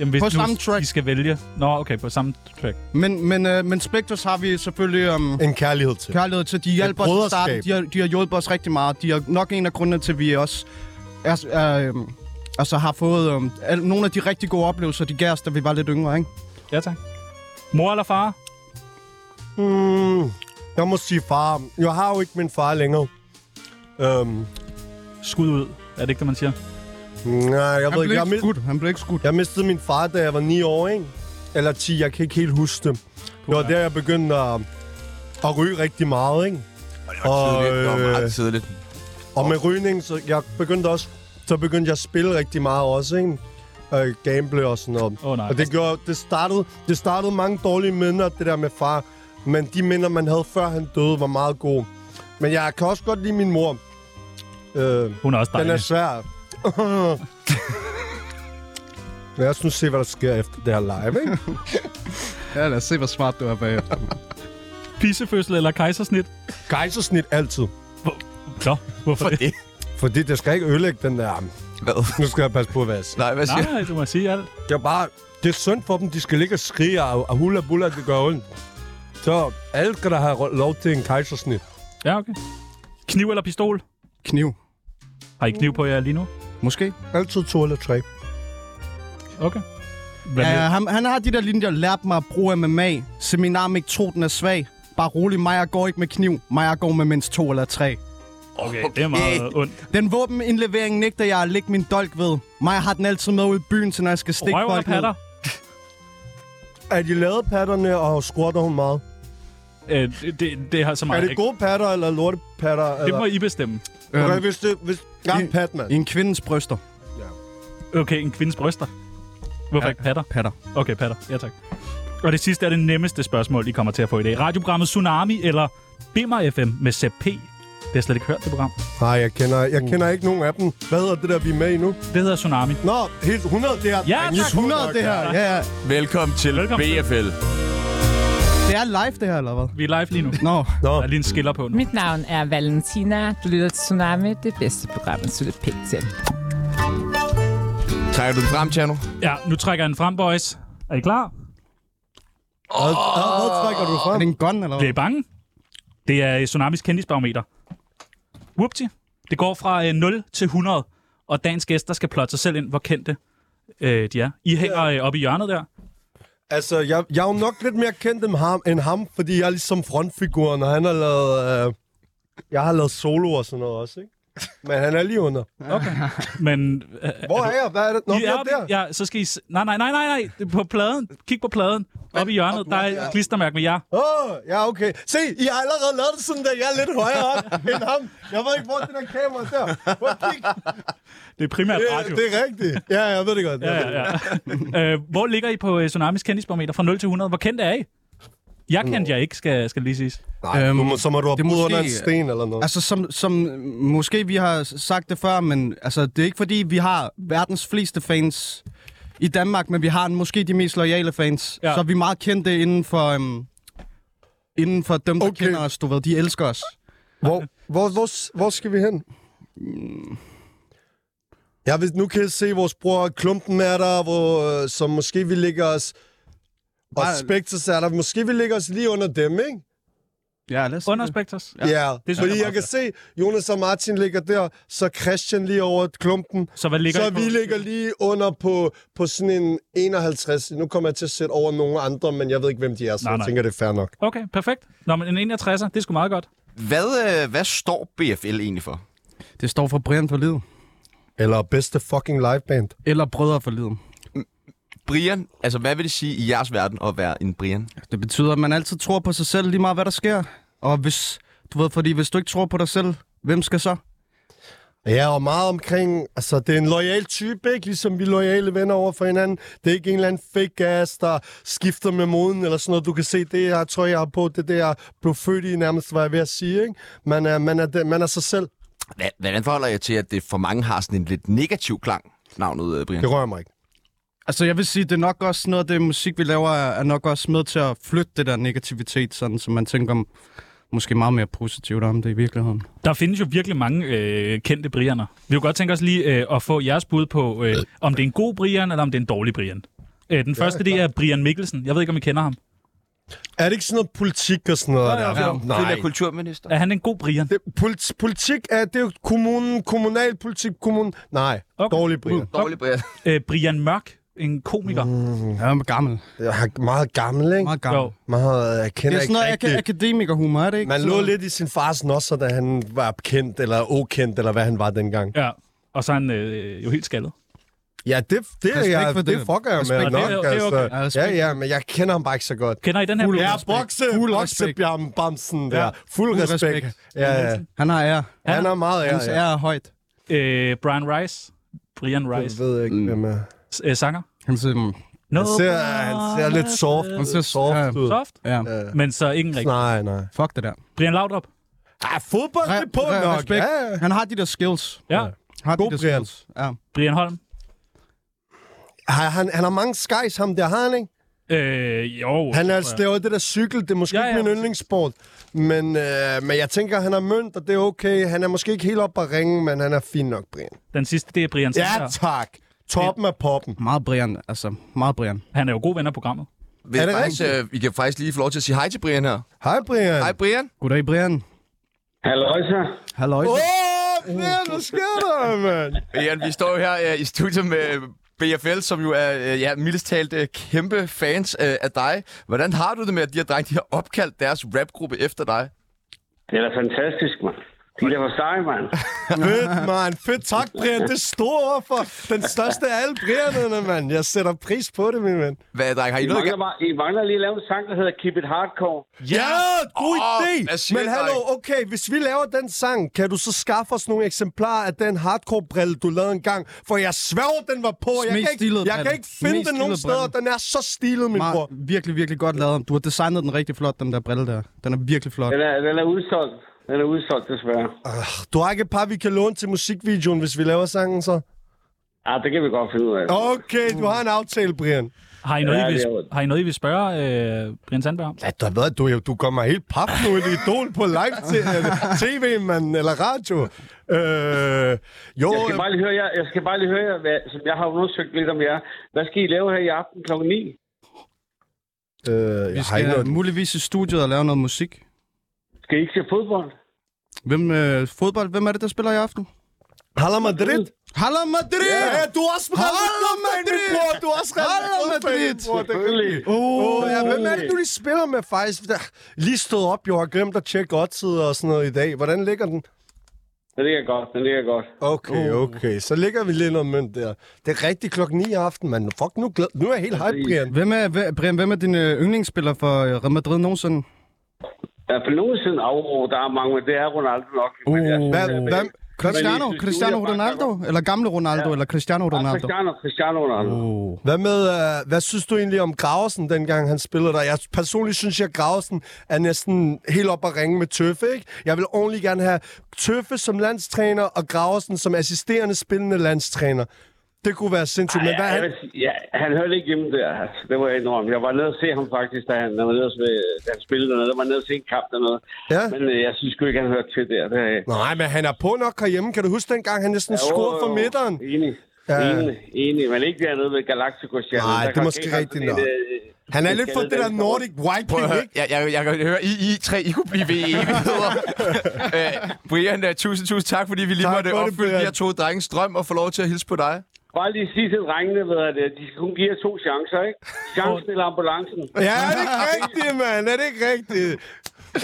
Speaker 5: Jamen, hvis
Speaker 1: På
Speaker 5: nu
Speaker 1: samme track.
Speaker 5: De skal vælge. Nå, okay, på samme track.
Speaker 1: Men, men, øh, men Spectres har vi selvfølgelig øhm,
Speaker 4: En kærlighed til.
Speaker 1: kærlighed til. De hjælper os i
Speaker 4: broderskab.
Speaker 1: starten. De har, de har hjulpet os rigtig meget. De er nok en af grundene til, at vi også er, er, øhm, altså har fået øhm, al- nogle af de rigtig gode oplevelser, de gav os, da vi var lidt yngre, ikke?
Speaker 5: Ja, tak. Mor eller far?
Speaker 4: Mm, jeg må sige far. Jeg har jo ikke min far længere. Øhm,
Speaker 5: Skud ud. Er det ikke det, man siger?
Speaker 4: nej, jeg
Speaker 1: Han
Speaker 4: ved ikke.
Speaker 1: blev
Speaker 4: Jeg,
Speaker 1: ikke
Speaker 4: mist,
Speaker 1: skudt. Han blev ikke skudt.
Speaker 4: jeg mistede min far, da jeg var 9 år, ikke? Eller 10, jeg kan ikke helt huske det. Det var der, jeg begyndte at, at ryge rigtig meget, ikke? Og,
Speaker 2: Tidligt. Det var
Speaker 4: øh,
Speaker 2: meget tidligt.
Speaker 4: og med rygning, så jeg begyndte også... Så begyndte jeg at spille rigtig meget også, ikke? Øh, gamble og sådan noget.
Speaker 5: Åh, nej.
Speaker 4: Og det, gjorde, det, startede, det startede mange dårlige minder, det der med far. Men de minder, man havde før han døde, var meget gode. Men jeg kan også godt lide min mor. Øh,
Speaker 5: Hun er også
Speaker 4: Den er
Speaker 5: dejlig.
Speaker 4: [LAUGHS] svær. Lad os nu se, hvad der sker efter det her live, ikke?
Speaker 1: Ja, lad os se, hvor smart du er bagefter.
Speaker 5: Pissefødsel eller kejsersnit?
Speaker 4: Gejsersnit altid.
Speaker 5: Nå, hvorfor det?
Speaker 4: Fordi det skal ikke ødelægge den der...
Speaker 2: Hvad? [LAUGHS]
Speaker 4: Nu skal jeg passe på, hvad jeg siger.
Speaker 2: Nej, hvad siger
Speaker 5: Nej, du må sige alt.
Speaker 4: Det er bare... Det er synd for dem, de skal ligge og skrige og, og hula bulla, det gør ondt. Så alle skal der have ro- lov til en kejsersnit.
Speaker 5: Ja, okay. Kniv eller pistol?
Speaker 1: Kniv.
Speaker 5: Har I kniv på jer lige nu?
Speaker 1: Måske.
Speaker 4: Altid to eller tre.
Speaker 5: Okay. Hvad
Speaker 1: Ja,
Speaker 5: med?
Speaker 1: han, han har de der linjer, lært mig at bruge MMA. Seminar med ikke tro, den er svag. Bare rolig, Maja går ikke med kniv. Maja går med mindst to eller tre.
Speaker 5: Okay, det er meget ondt.
Speaker 1: Den våbenindlevering nægter jeg at lægge min dolk ved. Maja har den altid med ud i byen, til når jeg skal stikke
Speaker 5: Røv eller
Speaker 1: folk ned.
Speaker 5: patter?
Speaker 4: Er de lavet patterne, og squatter hun meget?
Speaker 5: Øh, det, det, det har så
Speaker 4: er
Speaker 5: meget
Speaker 4: det
Speaker 5: ikke.
Speaker 4: gode patter, eller lortepatter?
Speaker 5: Det
Speaker 4: eller?
Speaker 5: må I bestemme.
Speaker 4: Okay,
Speaker 1: Øhm,
Speaker 4: hvis det... Hvis... Jeg er en pat, mand.
Speaker 1: I en kvindes bryster.
Speaker 5: Okay, en kvindes bryster. Hvorfor ja. ikke patter?
Speaker 1: Patter.
Speaker 5: Okay, patter. Ja, tak. Og det sidste er det nemmeste spørgsmål, I kommer til at få i dag. Radioprogrammet Tsunami eller Bimmer FM med Sepp P. Det har jeg slet ikke hørt, det program.
Speaker 4: Nej, jeg kender, jeg kender ikke nogen af dem. Hvad hedder det der, vi er med i nu?
Speaker 5: Det hedder Tsunami.
Speaker 4: Nå, helt 100, det her.
Speaker 5: Ja, tak.
Speaker 1: 100 det her, ja, ja.
Speaker 2: Velkommen til
Speaker 5: Velkommen til.
Speaker 2: BFL.
Speaker 1: Det er live, det her, eller hvad?
Speaker 5: Vi er live lige nu.
Speaker 1: Nå,
Speaker 4: Nå,
Speaker 5: Der er lige en skiller på nu.
Speaker 8: Mit navn er Valentina. Du lytter til Tsunami, det bedste program, man slutter pænt til.
Speaker 2: Trækker du den frem, Tjerno?
Speaker 5: Ja, nu trækker jeg den frem, boys. Er I klar?
Speaker 4: hvad, hvad, hvad trækker du
Speaker 1: er
Speaker 4: frem?
Speaker 1: det en gun, eller
Speaker 5: Bliver I
Speaker 1: hvad?
Speaker 5: bange? Det er Tsunamis kendisbarometer. Whoopty. Det går fra øh, 0 til 100, og dagens gæster skal plotte sig selv ind, hvor kendte øh, de er. I hænger øh, oppe i hjørnet der.
Speaker 4: Altså, jeg, jeg er jo nok lidt mere kendt end ham, end ham fordi jeg er ligesom frontfiguren, og han har lavet... Øh, jeg har lavet solo og sådan noget også, ikke? Men han er lige under.
Speaker 5: Men øh,
Speaker 4: Hvor er jeg? Hvad er det? Nå,
Speaker 5: I
Speaker 4: jeg
Speaker 5: er
Speaker 4: er
Speaker 5: oppe,
Speaker 4: der.
Speaker 5: Ja, så skal I... s- Nej, nej, nej, nej, nej. Det er På pladen. Kig på pladen. Oppe i hjørnet, der er et klistermærke med jer.
Speaker 4: Åh, oh, ja, okay. Se, I har allerede lavet det sådan, at jeg er lidt højere op end ham. Jeg ved ikke, hvor det der kamera er der. Hvor kig.
Speaker 5: Det er primært radio.
Speaker 4: Det, det er rigtigt. Ja, jeg ved det godt.
Speaker 5: Ja, ja, ja. øh, hvor ligger I på øh, Tsunamis kendisbarometer fra 0 til 100? Hvor kendt er I? Jeg kendte jer ikke, skal, skal det lige siges.
Speaker 4: Nej, du må, så må du have
Speaker 1: det er
Speaker 4: boet under en
Speaker 1: måske-
Speaker 4: sten eller noget.
Speaker 1: Altså, som, som måske vi har sagt det før, men altså, det er ikke fordi, vi har verdens fleste fans i Danmark, men vi har en- måske de mest loyale fans.
Speaker 5: Ja.
Speaker 1: Ja. Så vi er meget kendte inden for, øhm, inden for dem, der
Speaker 4: Okay.
Speaker 1: kender os. Du ved, de elsker os.
Speaker 4: Hvor, hvor, hvor, hvor skal vi hen? Jeg vil, nu kan jeg se vores bror Klumpen er der, hvor, øh, som måske vi ligger os... Og
Speaker 1: Bare-
Speaker 4: Spectres er der. Måske vi ligger os lige under dem, ikke?
Speaker 1: Ja, lad os
Speaker 5: Under Spectres.
Speaker 4: Ja. Yeah.
Speaker 5: synes
Speaker 4: Fordi
Speaker 5: jeg
Speaker 4: jeg,
Speaker 5: meget
Speaker 4: kan se, Jonas og Martin ligger der, så Christian lige over Klumpen.
Speaker 5: Så hvad ligger
Speaker 4: så
Speaker 5: I på?
Speaker 4: vi ligger lige under på, på sådan en 51. Nu kommer jeg til at sætte over nogle andre, men jeg ved ikke, hvem de er, så
Speaker 5: Nej,
Speaker 4: jeg
Speaker 5: nej.
Speaker 4: tænker, det er fair nok.
Speaker 5: Okay, perfekt. Nå, men en 61'er, det er sgu meget godt.
Speaker 2: Hvad, øh, hvad står BFL egentlig for?
Speaker 1: Det står for Brian for livet.
Speaker 4: Eller bedste fucking liveband.
Speaker 1: Eller Brødre for livet.
Speaker 2: Brian, altså hvad vil det sige i jeres verden at være en Brian?
Speaker 1: Det betyder, at man altid tror på sig selv, lige meget hvad der sker. Og hvis, du ved, fordi hvis du ikke tror på dig selv, hvem skal så?
Speaker 4: Ja, og meget omkring, altså det er en lojal type, ikke? Ligesom vi lojale venner over for hinanden. Det er ikke en eller anden fake ass, der skifter med moden eller sådan noget. Du kan se, det jeg tror, jeg har på, det der jeg blev født i nærmest, hvad jeg er ved at sige, ikke? Man er, man er, den- man er sig selv.
Speaker 2: Hva- Hvordan forholder jeg til, at det for mange har sådan en lidt negativ klang, navnet øh, Brian?
Speaker 4: Det rører mig ikke.
Speaker 1: Altså, jeg vil sige, det er nok også noget af det musik, vi laver, er er nok også med til at flytte det der negativitet, sådan, så man tænker om, måske meget mere positivt om det i virkeligheden.
Speaker 5: Der findes jo virkelig mange øh, kendte brianer. Vi kunne godt tænke os lige øh, at få jeres bud på, øh, om det er en god brian, eller om det er en dårlig brian. Øh, den første, det er Brian Mikkelsen. Jeg ved ikke, om I kender ham.
Speaker 4: Er det ikke sådan noget politik og sådan noget? der? Nej.
Speaker 2: Tidligere kulturminister.
Speaker 5: Er han en god brian?
Speaker 4: Det, polit, politik er, det er jo kommunen, kommunalpolitik, kommunen. Nej,
Speaker 5: Okay.
Speaker 4: okay. dårlig Brian.
Speaker 2: Dårlig Brian.
Speaker 5: Øh, Brian Mørk, en komiker. Mm,
Speaker 1: Ja, men gammel.
Speaker 4: Jeg er meget gammel, ikke?
Speaker 1: Mm. Meget gammel. Jo.
Speaker 4: Meget, jeg
Speaker 1: Det
Speaker 4: kender
Speaker 1: er sådan noget
Speaker 4: ikke
Speaker 1: ak-
Speaker 4: rigtigt.
Speaker 1: akademikerhumor, er det ikke?
Speaker 4: Man
Speaker 1: Sådan
Speaker 4: lå
Speaker 1: noget?
Speaker 4: lidt i sin fars nosser, da han var kendt, eller okendt, eller hvad han var dengang.
Speaker 5: ja. Og så er han øh, jo helt skaldet.
Speaker 4: Ja, det, det,
Speaker 1: Respekt
Speaker 4: jeg,
Speaker 1: for
Speaker 4: det, det
Speaker 1: det.
Speaker 4: fucker jeg med
Speaker 1: Respekt.
Speaker 5: Og
Speaker 4: nok.
Speaker 5: det er- det er okay.
Speaker 1: Ja,
Speaker 4: Altså.
Speaker 1: respekt.
Speaker 4: Ja, ja, men jeg kender ham bare ikke så godt.
Speaker 5: Kender I den her?
Speaker 1: Fuld
Speaker 5: brian?
Speaker 4: Ja,
Speaker 1: respekt.
Speaker 4: bokse,
Speaker 1: Fuld respekt.
Speaker 4: boksebjørn Bamsen der.
Speaker 5: Ja.
Speaker 4: Ja. Fuld,
Speaker 1: Fuld
Speaker 4: respekt.
Speaker 1: respekt.
Speaker 4: Ja, ja.
Speaker 1: Han har ære.
Speaker 4: Han er meget
Speaker 1: Hans
Speaker 4: ærlig. Ja,
Speaker 1: ære er højt.
Speaker 5: Øh, Brian Rice. Brian
Speaker 4: Jeg
Speaker 5: Rice.
Speaker 4: ved ikke, hvem er.
Speaker 5: S- Øh, sanger.
Speaker 1: Han ser, mm,
Speaker 5: No,
Speaker 4: Mm. Han ser, han ser lidt soft,
Speaker 1: han ser
Speaker 4: soft
Speaker 1: ja,
Speaker 4: ud.
Speaker 5: Soft,
Speaker 1: ja.
Speaker 5: men så ingen rigtig.
Speaker 4: Nej, nej.
Speaker 1: Fuck det der.
Speaker 5: Brian Laudrup.
Speaker 4: Ah, fodbold det er på
Speaker 1: Re-
Speaker 4: nok.
Speaker 1: respekt.
Speaker 4: Ja, ja.
Speaker 1: Han har de der skills.
Speaker 5: Ja.
Speaker 1: Har
Speaker 4: God
Speaker 1: de der
Speaker 4: Brian.
Speaker 1: skills. Ja.
Speaker 5: Brian Holm.
Speaker 4: Han, han, han har mange skies, ham der, har han ikke?
Speaker 5: Øh, jo.
Speaker 4: Han er, det er jo det der cykel, det er måske
Speaker 5: Ja,
Speaker 4: ja,
Speaker 5: ja,
Speaker 4: ja. ikke min
Speaker 5: præcis.
Speaker 4: yndlingssport, men, øh, men jeg tænker, han er mønt, og det er okay. Han er måske ikke helt op at ringe, men han er fin nok, Brian.
Speaker 5: Den sidste, det er Brian
Speaker 4: Ja,
Speaker 5: Sander.
Speaker 4: tak. Toppen af poppen.
Speaker 1: Meget Brian, altså. Meget Brian.
Speaker 5: Han er jo god ven af programmet.
Speaker 2: Vil
Speaker 4: Er det
Speaker 2: faktisk, øh, I kan faktisk lige få lov til at sige hej til Brian her.
Speaker 4: Hej, Brian.
Speaker 2: Hej Brian.
Speaker 1: Goddag, Brian. Hallo, Halløj.
Speaker 4: Åh, oh, Brian, hvad sker der, mand?
Speaker 2: Brian, vi står jo her øh, i studiet med BFL, som jo er øh, ja, mildest talt øh, kæmpe fans øh, af dig. Hvordan har du det med, at de her drenge de har opkaldt deres rapgruppe efter dig?
Speaker 9: Det er da fantastisk, mand. De er da for seje, mand.
Speaker 4: Fedt, mand. Fedt. Tak, Brian. Det står over for den største af alle Brianerne, mand. Jeg sætter pris på det, min ven.
Speaker 2: Hvad, dreng, har I
Speaker 9: I
Speaker 2: noget i
Speaker 9: mangler,
Speaker 2: gang?
Speaker 9: bare, I mangler lige at lave en sang, der hedder Keep It Hardcore.
Speaker 4: Ja, god
Speaker 2: Åh,
Speaker 4: idé.
Speaker 2: hvad siger
Speaker 4: Men
Speaker 2: jeg,
Speaker 4: hallo,
Speaker 2: dreng?
Speaker 4: okay, hvis vi laver den sang, kan du så skaffe os nogle eksemplarer af den hardcore-brille, du lavede engang? For jeg sværger, den var på. Jeg kan ikke,
Speaker 1: Smedstilede
Speaker 4: jeg kan
Speaker 1: brille.
Speaker 4: ikke finde den nogen
Speaker 1: Smedstilede brille.
Speaker 4: steder. Den er så stilet, min bror.
Speaker 1: Meget, virkelig, virkelig godt lavet. Du har designet den rigtig flot, den der brille der. Den er virkelig flot.
Speaker 9: Den er, den er udsolgt. Den er udsolgt, desværre.
Speaker 4: Du har ikke et par, vi kan låne til musikvideoen, hvis vi laver sangen så?
Speaker 9: Ah, det kan vi godt finde ud af.
Speaker 4: Okay, du har en aftale, Brian.
Speaker 5: Har I noget,
Speaker 9: Ja,
Speaker 5: I, vil,
Speaker 9: det er jo-
Speaker 5: har I, noget, I vil spørge øh, Brian Sandberg om?
Speaker 4: Ja, der ved, du, jo- du kommer helt pap nu i et idol på live til,
Speaker 1: [LAUGHS]
Speaker 4: tv, mand, eller radio. Øh, jo,
Speaker 9: Jeg skal bare lige høre jer, jeg skal bare lige høre jer hvad, som jeg har undersøgt lidt om jer. Hvad skal I lave her i aften kl. 9?
Speaker 4: øh,
Speaker 1: Vi
Speaker 4: jeg har ikke
Speaker 1: skal
Speaker 4: noget.
Speaker 1: muligvis i studiet og lave noget musik.
Speaker 9: Skal I ikke se fodbold?
Speaker 1: Hvem, øh, fodbold, hvem er det, der spiller i aften?
Speaker 4: Hala Madrid?
Speaker 1: Hala Madrid!
Speaker 4: Ja,
Speaker 1: Yeah.
Speaker 4: ja, du er også Real Madrid-fan, min bror. Du er også Real
Speaker 1: Hala Madrid!
Speaker 4: Madrid-fan, bror. Det kan-
Speaker 9: Selvfølgelig.
Speaker 4: Åh, oh, ja, hvem er det, du lige spiller med, faktisk? Der, lige stået op, jo, og glemt at tjekke oddsider og sådan noget i dag. Hvordan ligger den?
Speaker 9: Den ligger godt, den ligger godt.
Speaker 4: Okay, okay. Så ligger vi lidt noget mønt der. Det er rigtig klokken 9 i aften, mand. Fuck, nu, glæd... nu er jeg helt hype, Brian.
Speaker 1: Hvem er, hvem, Brian, hvem er din øh, yndlingsspiller for øh, Real Madrid nogensinde?
Speaker 9: Der er for nogen siden afro, der er mange, men det er Ronaldo nok. Men jeg
Speaker 1: Uh,
Speaker 9: synes,
Speaker 4: Hvad,
Speaker 9: jeg vil-
Speaker 4: hvad,
Speaker 1: Cristiano,
Speaker 9: Men i-
Speaker 1: Cristiano
Speaker 9: Julia
Speaker 1: Ronaldo? Eller gamle Ronaldo, ja. eller Cristiano
Speaker 9: Ah,
Speaker 1: Ronaldo?
Speaker 9: Cristiano, Cristiano Ronaldo.
Speaker 1: Oh.
Speaker 4: Hvad med, øh, hvad synes du egentlig om Graversen, dengang han spillede der? Jeg personligt synes, jeg, at Graversen er næsten helt op at ringe med Tøffe, ikke? Jeg vil ordentligt gerne have Tøffe som landstræner og Graversen som assisterende spillende landstræner. Det kunne være sindssygt, men hvad
Speaker 9: Ja,
Speaker 4: er
Speaker 9: jeg
Speaker 4: han?
Speaker 9: vil sige, ja, han hørte ikke hjemme der. Altså, det var jeg enormt. Jeg var nede og se ham faktisk, da han, da han, var nede og, se- da han spillede noget. Der var nede og se en kamp eller noget.
Speaker 4: Ja.
Speaker 9: Men øh, jeg synes sgu ikke, han hørte til der. Det, er-
Speaker 4: Nej, men han er på nok herhjemme. Kan du huske dengang, han næsten
Speaker 9: Jo,
Speaker 4: scorede
Speaker 9: jo,
Speaker 4: for midteren?
Speaker 9: Enig.
Speaker 4: Ja.
Speaker 9: Ja. Enig, enig, men ikke dernede ved Galacticos. jeg-
Speaker 4: Nej,
Speaker 9: der
Speaker 4: det er
Speaker 9: kan
Speaker 4: måske
Speaker 9: ikke- øh,
Speaker 4: rigtigt
Speaker 9: det-
Speaker 4: nok.
Speaker 9: det-
Speaker 4: Han er
Speaker 9: det
Speaker 4: lidt for
Speaker 9: skal
Speaker 4: det der
Speaker 9: den-
Speaker 4: Nordic White
Speaker 2: Prøv at
Speaker 4: King,
Speaker 2: høre,
Speaker 4: ikke?
Speaker 2: jeg, jeg, jeg kan høre, I, I tre, I kunne blive ved i
Speaker 4: [LAUGHS]
Speaker 2: evigheder. øh, Brian, øh, tusind, tusind tak, fordi vi lige
Speaker 4: Tak
Speaker 2: måtte
Speaker 4: for det,
Speaker 2: opfylde de
Speaker 4: Brian.
Speaker 2: her to drenges drøm og få lov til at hilse på dig.
Speaker 9: Bare lige sige til drengene, ved at øh, de skal kun give jer to
Speaker 4: [LAUGHS]
Speaker 9: chancer, ikke? Chancen eller ambulancen.
Speaker 4: Ja, er det ikke rigtigt, mand? Er det ikke rigtigt?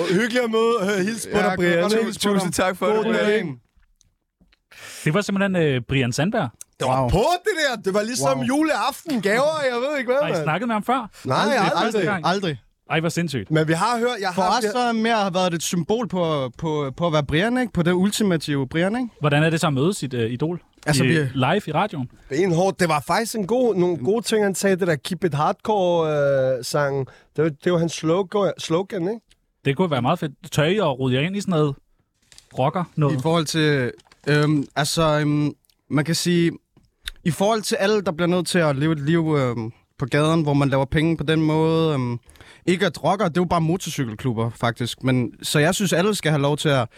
Speaker 4: Og hyggeligt at møde. Øh, hils på dig, Brian. ikke?
Speaker 2: Tusind tak for det,
Speaker 4: God
Speaker 2: Brian.
Speaker 4: dag.
Speaker 5: Det var simpelthen øh, Brian Sandberg.
Speaker 4: Det var på det der. Det var ligesom
Speaker 1: Wow.
Speaker 4: juleaften, gaver, jeg ved ikke hvad.
Speaker 5: Har I
Speaker 4: mand.
Speaker 5: snakket med ham før?
Speaker 4: Nej, aldrig.
Speaker 5: gang.
Speaker 1: Aldrig.
Speaker 5: Ej, hvor sindssygt.
Speaker 4: Men vi har hørt, jeg
Speaker 1: For
Speaker 4: har...
Speaker 1: os så har mere har været et symbol på, på, på at være Brian, ikke? På det ultimative Brian, ikke?
Speaker 5: Hvordan er det så at møde sit øh, idol?
Speaker 1: Altså,
Speaker 5: I,
Speaker 1: vi-
Speaker 5: Live i radioen?
Speaker 4: Benhårdt. Det var faktisk en god, nogle gode ting, han sagde. Det der Keep It Hardcore-sang. det, var- det var hans slogan, slogan ikke?
Speaker 5: Det kunne være meget fedt. Tør I at rode jer ind i sådan noget rocker noget?
Speaker 1: I forhold til... Øhm, altså, øhm, man kan sige... I forhold til alle, der bliver nødt til at leve et liv øhm, på gaden, hvor man laver penge på den måde. Øhm, ikke at rocker, det er jo bare motorcykelklubber, faktisk. Men, så jeg synes, alle skal have lov til at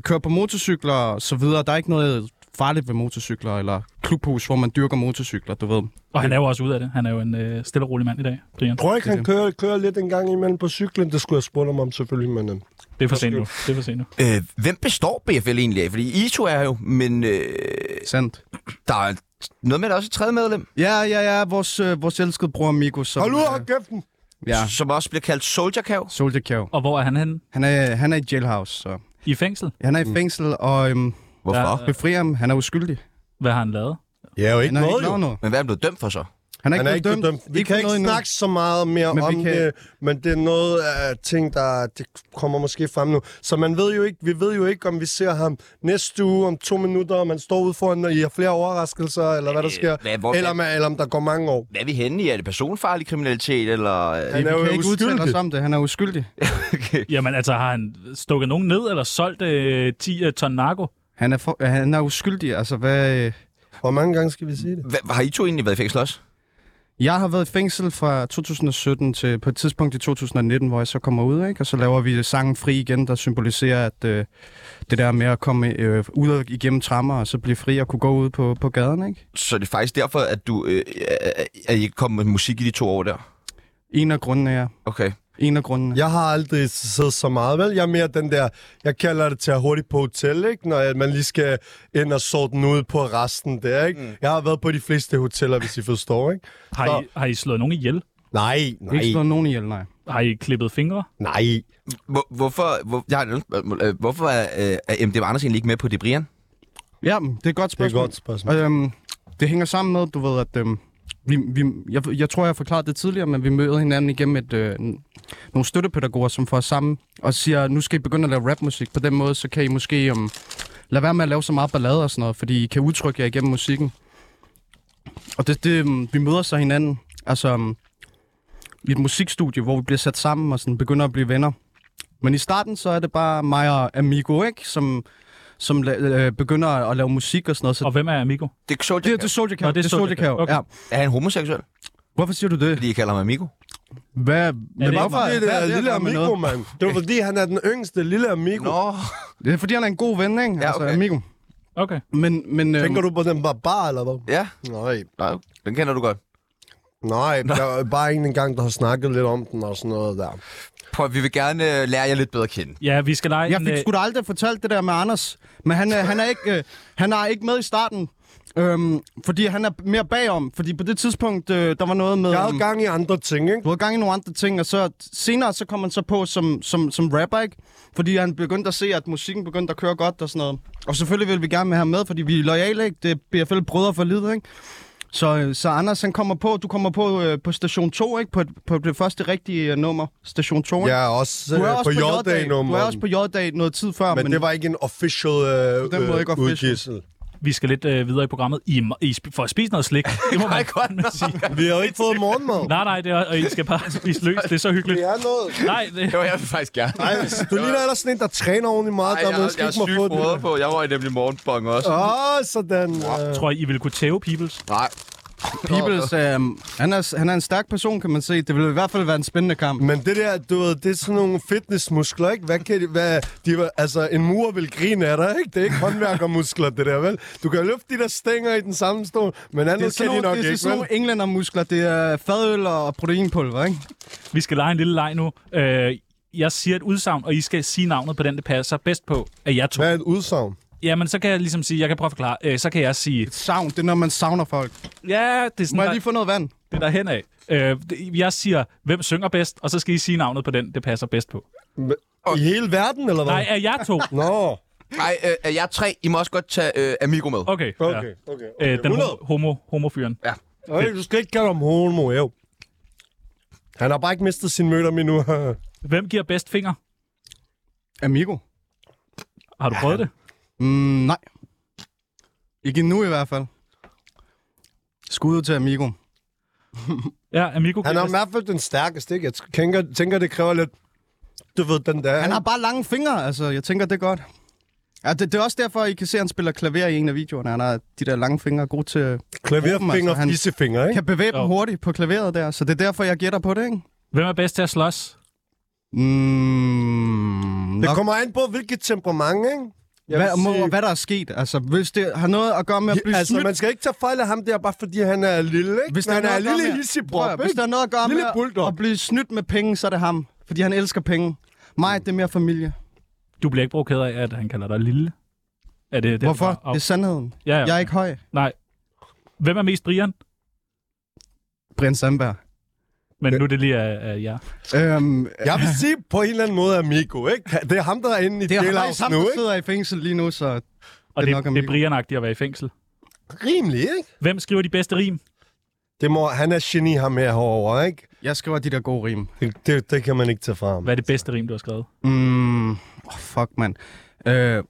Speaker 1: køre på motorcykler og så videre. Der er ikke noget farligt ved motorcykler eller klubhus, hvor man dyrker motorcykler, du ved.
Speaker 5: Og han er jo også ude af det. Han er jo en øh, stille og rolig mand i dag, Brian.
Speaker 4: Tror ikke, han kører, kører lidt en gang imellem på cyklen. Det skulle jeg spørge ham om, selvfølgelig. Men, øhm,
Speaker 5: Det er for sent nu. Det er for sent nu.
Speaker 2: Øh, hvem består BFL egentlig af? Fordi I to er jo, men øh,
Speaker 1: Sandt.
Speaker 2: der er noget med, at der er også et tredje medlem,
Speaker 1: Ja, ja, ja. Vores, øh, vores elskede bror Miko, som...
Speaker 4: Hold nu og
Speaker 1: øh,
Speaker 4: kæft den.
Speaker 1: Ja,
Speaker 2: som også bliver kaldt Soldier Cow.
Speaker 1: Soldier Cow.
Speaker 5: Og hvor er han henne?
Speaker 1: Han er, han er i jailhouse, så...
Speaker 5: I fængsel?
Speaker 1: Han er i fængsel, og... Øhm,
Speaker 2: Hvorfor?
Speaker 5: Ja.
Speaker 2: Ja.
Speaker 1: Befri ham, han er uskyldig.
Speaker 5: Hvad har han lavet?
Speaker 4: Ja, jo
Speaker 1: Han
Speaker 4: ikke
Speaker 1: er
Speaker 4: noget,
Speaker 1: ikke
Speaker 4: jo.
Speaker 1: lavet noget.
Speaker 2: Men hvad er han blevet dømt for så?
Speaker 1: Han er
Speaker 4: Han
Speaker 1: ikke,
Speaker 4: er ikke
Speaker 1: blevet
Speaker 4: blevet dømt. Vi
Speaker 1: Ikke
Speaker 4: kan
Speaker 1: for
Speaker 4: ikke
Speaker 1: noget endnu.
Speaker 4: snakke så meget mere
Speaker 1: Men vi
Speaker 4: om
Speaker 1: kan-
Speaker 4: det, men det er noget af ting, der det kommer måske frem nu. Så man ved jo ikke, vi ved jo ikke, om vi ser ham næste uge om to minutter, om han står ude foran, og I har flere overraskelser, eller hvad der
Speaker 2: Øh,
Speaker 4: sker.
Speaker 2: hvad- hvor-
Speaker 4: eller, om, eller om der går mange år.
Speaker 2: Hvad er vi henne i? Er det personfarlig kriminalitet, eller... øh,
Speaker 4: Han er
Speaker 1: Vi
Speaker 4: jo
Speaker 1: kan ikke udtale os
Speaker 4: uskyldig.
Speaker 1: om det, han er uskyldig.
Speaker 5: Jamen altså, har han stukket nogen ned eller solgt øh, 10 ton narko?
Speaker 1: Han er, for, øh, han er uskyldig, altså hvad... øh,
Speaker 4: Hvor mange gange skal vi sige det?
Speaker 2: Hva, har I to egentlig været i fængsel også?
Speaker 1: Jeg har været i fængsel fra 2017 til på et tidspunkt i 2019, hvor jeg så kommer ud, ikke? Og så laver vi sangen Fri igen, der symboliserer, at øh, det der med at komme øh, ud og igennem trammer, og så blive fri og kunne gå ud på, på gaden, ikke?
Speaker 2: Så det er faktisk derfor, at du øh, er, er I ikke kommet med musik i de to år der?
Speaker 1: En af grundene, ja.
Speaker 2: Okay.
Speaker 1: En af grundene.
Speaker 4: Jeg har aldrig siddet så meget, vel? Jeg er mere den der, jeg kalder det til at hurtigt på hotel, ikke? Når at man lige skal ind og sorte den ud på resten der, ikke? Mm. Jeg har været på de fleste hoteller, hvis I forstår, ikke?
Speaker 5: Har I, har I slået nogen ihjel?
Speaker 4: Nej, nej,
Speaker 1: Ikke slået nogen ihjel, nej.
Speaker 5: Har I klippet fingre?
Speaker 4: nej.
Speaker 2: Hvor, hvorfor, hvor, jeg har et andet spørgsmål. Øh, Hvorfor er, øh, er MDM Andersen egentlig ikke med på det, Brian?
Speaker 1: Ja, men det er et godt
Speaker 4: Det er et
Speaker 1: spørgsmål.
Speaker 4: godt spørgsmål.
Speaker 1: Øhm, det hænger sammen med, du ved, at øhm, vi, vi, jeg, jeg tror, jeg har forklaret det tidligere, men vi møder hinanden igennem et, øh, n- nogle støttepædagoger, som får os sammen og siger, nu skal I begynde at lave rapmusik. På den måde, så kan I måske øhm, lade være med at lave så meget ballade og sådan noget, fordi I kan udtrykke jer igennem musikken. Og det, det øhm, vi møder så hinanden, altså øhm, i et musikstudie, hvor vi bliver sat sammen og sådan begynder at blive venner. Men i starten, så er det bare mig og Amigo, ikke? Som, som la- øh, begynder at lave musik og sådan noget. Så
Speaker 5: Og hvem er Amigo?
Speaker 2: Det er Soldier
Speaker 1: det,
Speaker 2: Cow.
Speaker 1: det er Soldier Cow.
Speaker 5: Nå, det er
Speaker 1: det er Soldier Cow.
Speaker 5: Okay.
Speaker 1: Okay. Ja.
Speaker 2: Er han homoseksuel?
Speaker 1: Hvorfor siger du det?
Speaker 2: Fordi I kalder ham Amigo?
Speaker 1: Hvad? Men
Speaker 5: ikke-
Speaker 1: hvorfor?
Speaker 4: Fordi det
Speaker 1: hvad
Speaker 4: er
Speaker 1: at
Speaker 4: lille
Speaker 1: gøre med
Speaker 4: amigo,
Speaker 1: noget?
Speaker 4: mand. Det var fordi, han er den yngste lille amigo. Nå.
Speaker 1: Det er fordi, han er en god ven, ikke?
Speaker 2: Ja, okay.
Speaker 1: Altså, amigo.
Speaker 5: Okay.
Speaker 1: Men, men øhm,
Speaker 4: Tænker du på den barbar, eller hvad?
Speaker 2: Ja.
Speaker 4: Nej.
Speaker 2: Nej, den kender du godt.
Speaker 4: Nej, der er bare en engang, der har snakket lidt om den og sådan noget der.
Speaker 2: Prøv, vi vil gerne øh, lære jer lidt bedre at kende.
Speaker 5: Ja, vi skal lege
Speaker 1: jeg
Speaker 5: en,
Speaker 1: fik
Speaker 5: øh,
Speaker 1: sgu da aldrig fortalt det der med Anders. Men han, er- han, er, ikke, øh, han er ikke med i starten. Øhm, fordi han er mere bagom. Fordi på det tidspunkt, øh, der var noget med...
Speaker 4: Jeg havde
Speaker 1: øhm,
Speaker 4: gang i andre ting, ikke?
Speaker 1: Du havde gang i nogle andre ting, og så senere så kom han så på som, som, som rapper, ikke? Fordi han begyndte at se, at musikken begyndte at køre godt og sådan noget. Og selvfølgelig vil vi gerne have ham med, fordi vi er lojale, ikke? Det er BFL brødre for livet, ikke? Så, øh, så Anders, han kommer på, du kommer på øh, på station 2, ikke? På, på det første rigtige øh, nummer, station 2, ikke?
Speaker 4: Jeg er også,
Speaker 1: Du
Speaker 4: øh,
Speaker 1: er også på
Speaker 4: J-dag
Speaker 1: J-dag, du er også
Speaker 4: nummeren.
Speaker 1: på J-dag noget tid før,
Speaker 4: Men det var ikke en official øh,
Speaker 1: den måde ikke
Speaker 4: øh,
Speaker 1: official.
Speaker 4: udgivelse.
Speaker 5: vi skal lidt øh, videre i programmet. I, er ma- I sp- for at spise noget slik.
Speaker 1: [LAUGHS]
Speaker 5: Det må man
Speaker 2: [LAUGHS]
Speaker 5: godt sige.
Speaker 4: Vi har jo ikke fået morgenmad.
Speaker 5: Nej, nej, det er, og I skal
Speaker 1: [LAUGHS]
Speaker 5: bare spise løs. Det er så hyggeligt.
Speaker 4: Det er noget.
Speaker 5: Nej, det,
Speaker 2: Jo, jeg vil faktisk gerne.
Speaker 4: Nej, du ligner ellers sådan en, der træner ordentligt meget.
Speaker 2: Ej,
Speaker 4: der
Speaker 2: jeg, jeg, jeg,
Speaker 4: måske
Speaker 2: jeg er
Speaker 4: ikke må få
Speaker 2: sygt
Speaker 4: det.
Speaker 2: på. Jeg var i nemlig morgenbong også.
Speaker 4: Åh, oh, sådan. øh.
Speaker 5: tror jeg, I vil kunne tæve Peoples.
Speaker 2: Nej.
Speaker 1: Peoples, øh, han, er, han er en stærk person, kan man se. Det ville i hvert fald være en spændende kamp.
Speaker 4: Men det der, du ved, det er sådan nogle fitnessmuskler, ikke? Hvad kan de, hvad, de, var- altså, en murer vil grine af dig, ikke? Det er ikke håndværkermuskler, det der, vel? Du kan løfte de der stænger i den samme stol, men
Speaker 1: Det er
Speaker 4: andet kan de
Speaker 1: sådan nogle,
Speaker 4: nok
Speaker 1: det er
Speaker 4: ikke,
Speaker 1: sådan
Speaker 4: vel?
Speaker 1: nogle englændermuskler. Det er fadøl og proteinpulver, ikke?
Speaker 5: Vi skal lege en lille leg nu. Øh, jeg siger et udsagn, og I skal sige navnet på den, det passer bedst på af jer to.
Speaker 4: Hvad er et udsagn?
Speaker 5: Jamen, så kan jeg ligesom sige, jeg kan prøve at forklare. Øh, så kan jeg sige,
Speaker 1: Savn, det er, når man savner folk.
Speaker 5: ja, det er
Speaker 1: Må
Speaker 5: sådan,
Speaker 1: jeg
Speaker 5: der,
Speaker 1: lige få noget vand?
Speaker 5: det der hen af. Øh, det- jeg siger, hvem synger bedst, og så skal I sige navnet på den, det passer bedst på.
Speaker 4: I hele verden, eller hvad?
Speaker 5: Nej, er jeg to?
Speaker 4: Nå,
Speaker 2: Nej, øh, er jeg tre. I må også godt tage øh, Amigo med.
Speaker 5: Okay, ja.
Speaker 4: okay, okay.
Speaker 5: Øh,
Speaker 4: okay.
Speaker 5: den
Speaker 4: 100.
Speaker 5: ho- homo, homofyren.
Speaker 1: Øh,
Speaker 4: Øj, du skal ikke kalde ham homo, jo. Han har bare ikke mistet sin møder endnu. [LAUGHS]
Speaker 5: Hvem giver bedst finger?
Speaker 1: Amigo?
Speaker 5: Har du prøvet det?
Speaker 1: Mm, nej. Ikke nu i hvert fald. Skud ud til Amigo.
Speaker 5: Ja, Amigo
Speaker 4: Han
Speaker 5: giver
Speaker 4: er i
Speaker 5: bedst.
Speaker 4: hvert fald den stærkeste, ikke? Jeg tænker, tænker det kræver lidt... Du ved, den der...
Speaker 1: Han har bare lange fingre, altså jeg tænker, det er godt. Ja, det, det er også derfor, I kan se, at han spiller klaver i en af videoerne. Han har de der lange fingre gode til at
Speaker 4: klaverfinger
Speaker 1: altså,
Speaker 4: og
Speaker 1: han-
Speaker 4: fissefinger, ikke?
Speaker 1: kan bevæge dem
Speaker 5: Jo.
Speaker 1: hurtigt på klaveret der. Så det er derfor, jeg gætter på det, ikke?
Speaker 5: Hvem er bedst til at slås?
Speaker 1: Mm,
Speaker 4: Det
Speaker 1: nok,
Speaker 4: kommer an på, hvilket temperament, ikke? Jeg
Speaker 1: hvad,
Speaker 4: vil
Speaker 1: må,
Speaker 4: sige-
Speaker 1: hvad der er sket. Altså, hvis det har noget at gøre med at blive
Speaker 4: altså,
Speaker 1: snydt,
Speaker 4: man skal ikke tage fejl af ham der, bare fordi han er lille, ikke?
Speaker 1: Hvis
Speaker 4: Men
Speaker 1: der
Speaker 4: han
Speaker 1: er
Speaker 4: er
Speaker 1: noget at gøre
Speaker 4: lille
Speaker 1: med- Prøv at-
Speaker 4: hissebrop,
Speaker 1: Hvis der er
Speaker 4: ikke?
Speaker 1: noget at gøre
Speaker 4: Lille
Speaker 1: med at,
Speaker 4: bulldog.
Speaker 1: at blive snydt med penge, så er det ham. Fordi han elsker penge. Mig, det er mere familie.
Speaker 5: Du bliver ikke provokeret af, at han kalder dig lille. Er det, det
Speaker 1: Hvorfor?
Speaker 5: Og,
Speaker 1: Det er sandheden.
Speaker 5: ja, ja.
Speaker 1: Jeg er ikke høj.
Speaker 5: Nej. Hvem er mest Brian?
Speaker 1: Brian Sandberg.
Speaker 5: Men nu er det lige af, af jer.
Speaker 1: Øhm,
Speaker 4: Jeg vil sige på en eller anden måde Amigo, ikke? Det er ham, der er inde i
Speaker 1: det er
Speaker 4: Jailhouse
Speaker 1: faktisk ham,
Speaker 4: nu,
Speaker 1: der
Speaker 4: ikke?
Speaker 1: sidder i fængsel lige nu, så...
Speaker 5: Og
Speaker 1: Det
Speaker 5: det,
Speaker 1: er
Speaker 5: det,
Speaker 1: nok
Speaker 5: det er
Speaker 1: Amigo.
Speaker 5: Brian-agtigt at være i fængsel.
Speaker 4: Rimelig, ikke?
Speaker 5: Hvem skriver de bedste rim?
Speaker 4: Det må, han er geni, ham her herovre, ikke?
Speaker 1: Jeg skriver de der gode rim.
Speaker 4: Det, det, det kan man ikke tage fra ham.
Speaker 5: Hvad er det bedste rim, du har skrevet?
Speaker 1: Mm, oh, fuck, mand. Øh,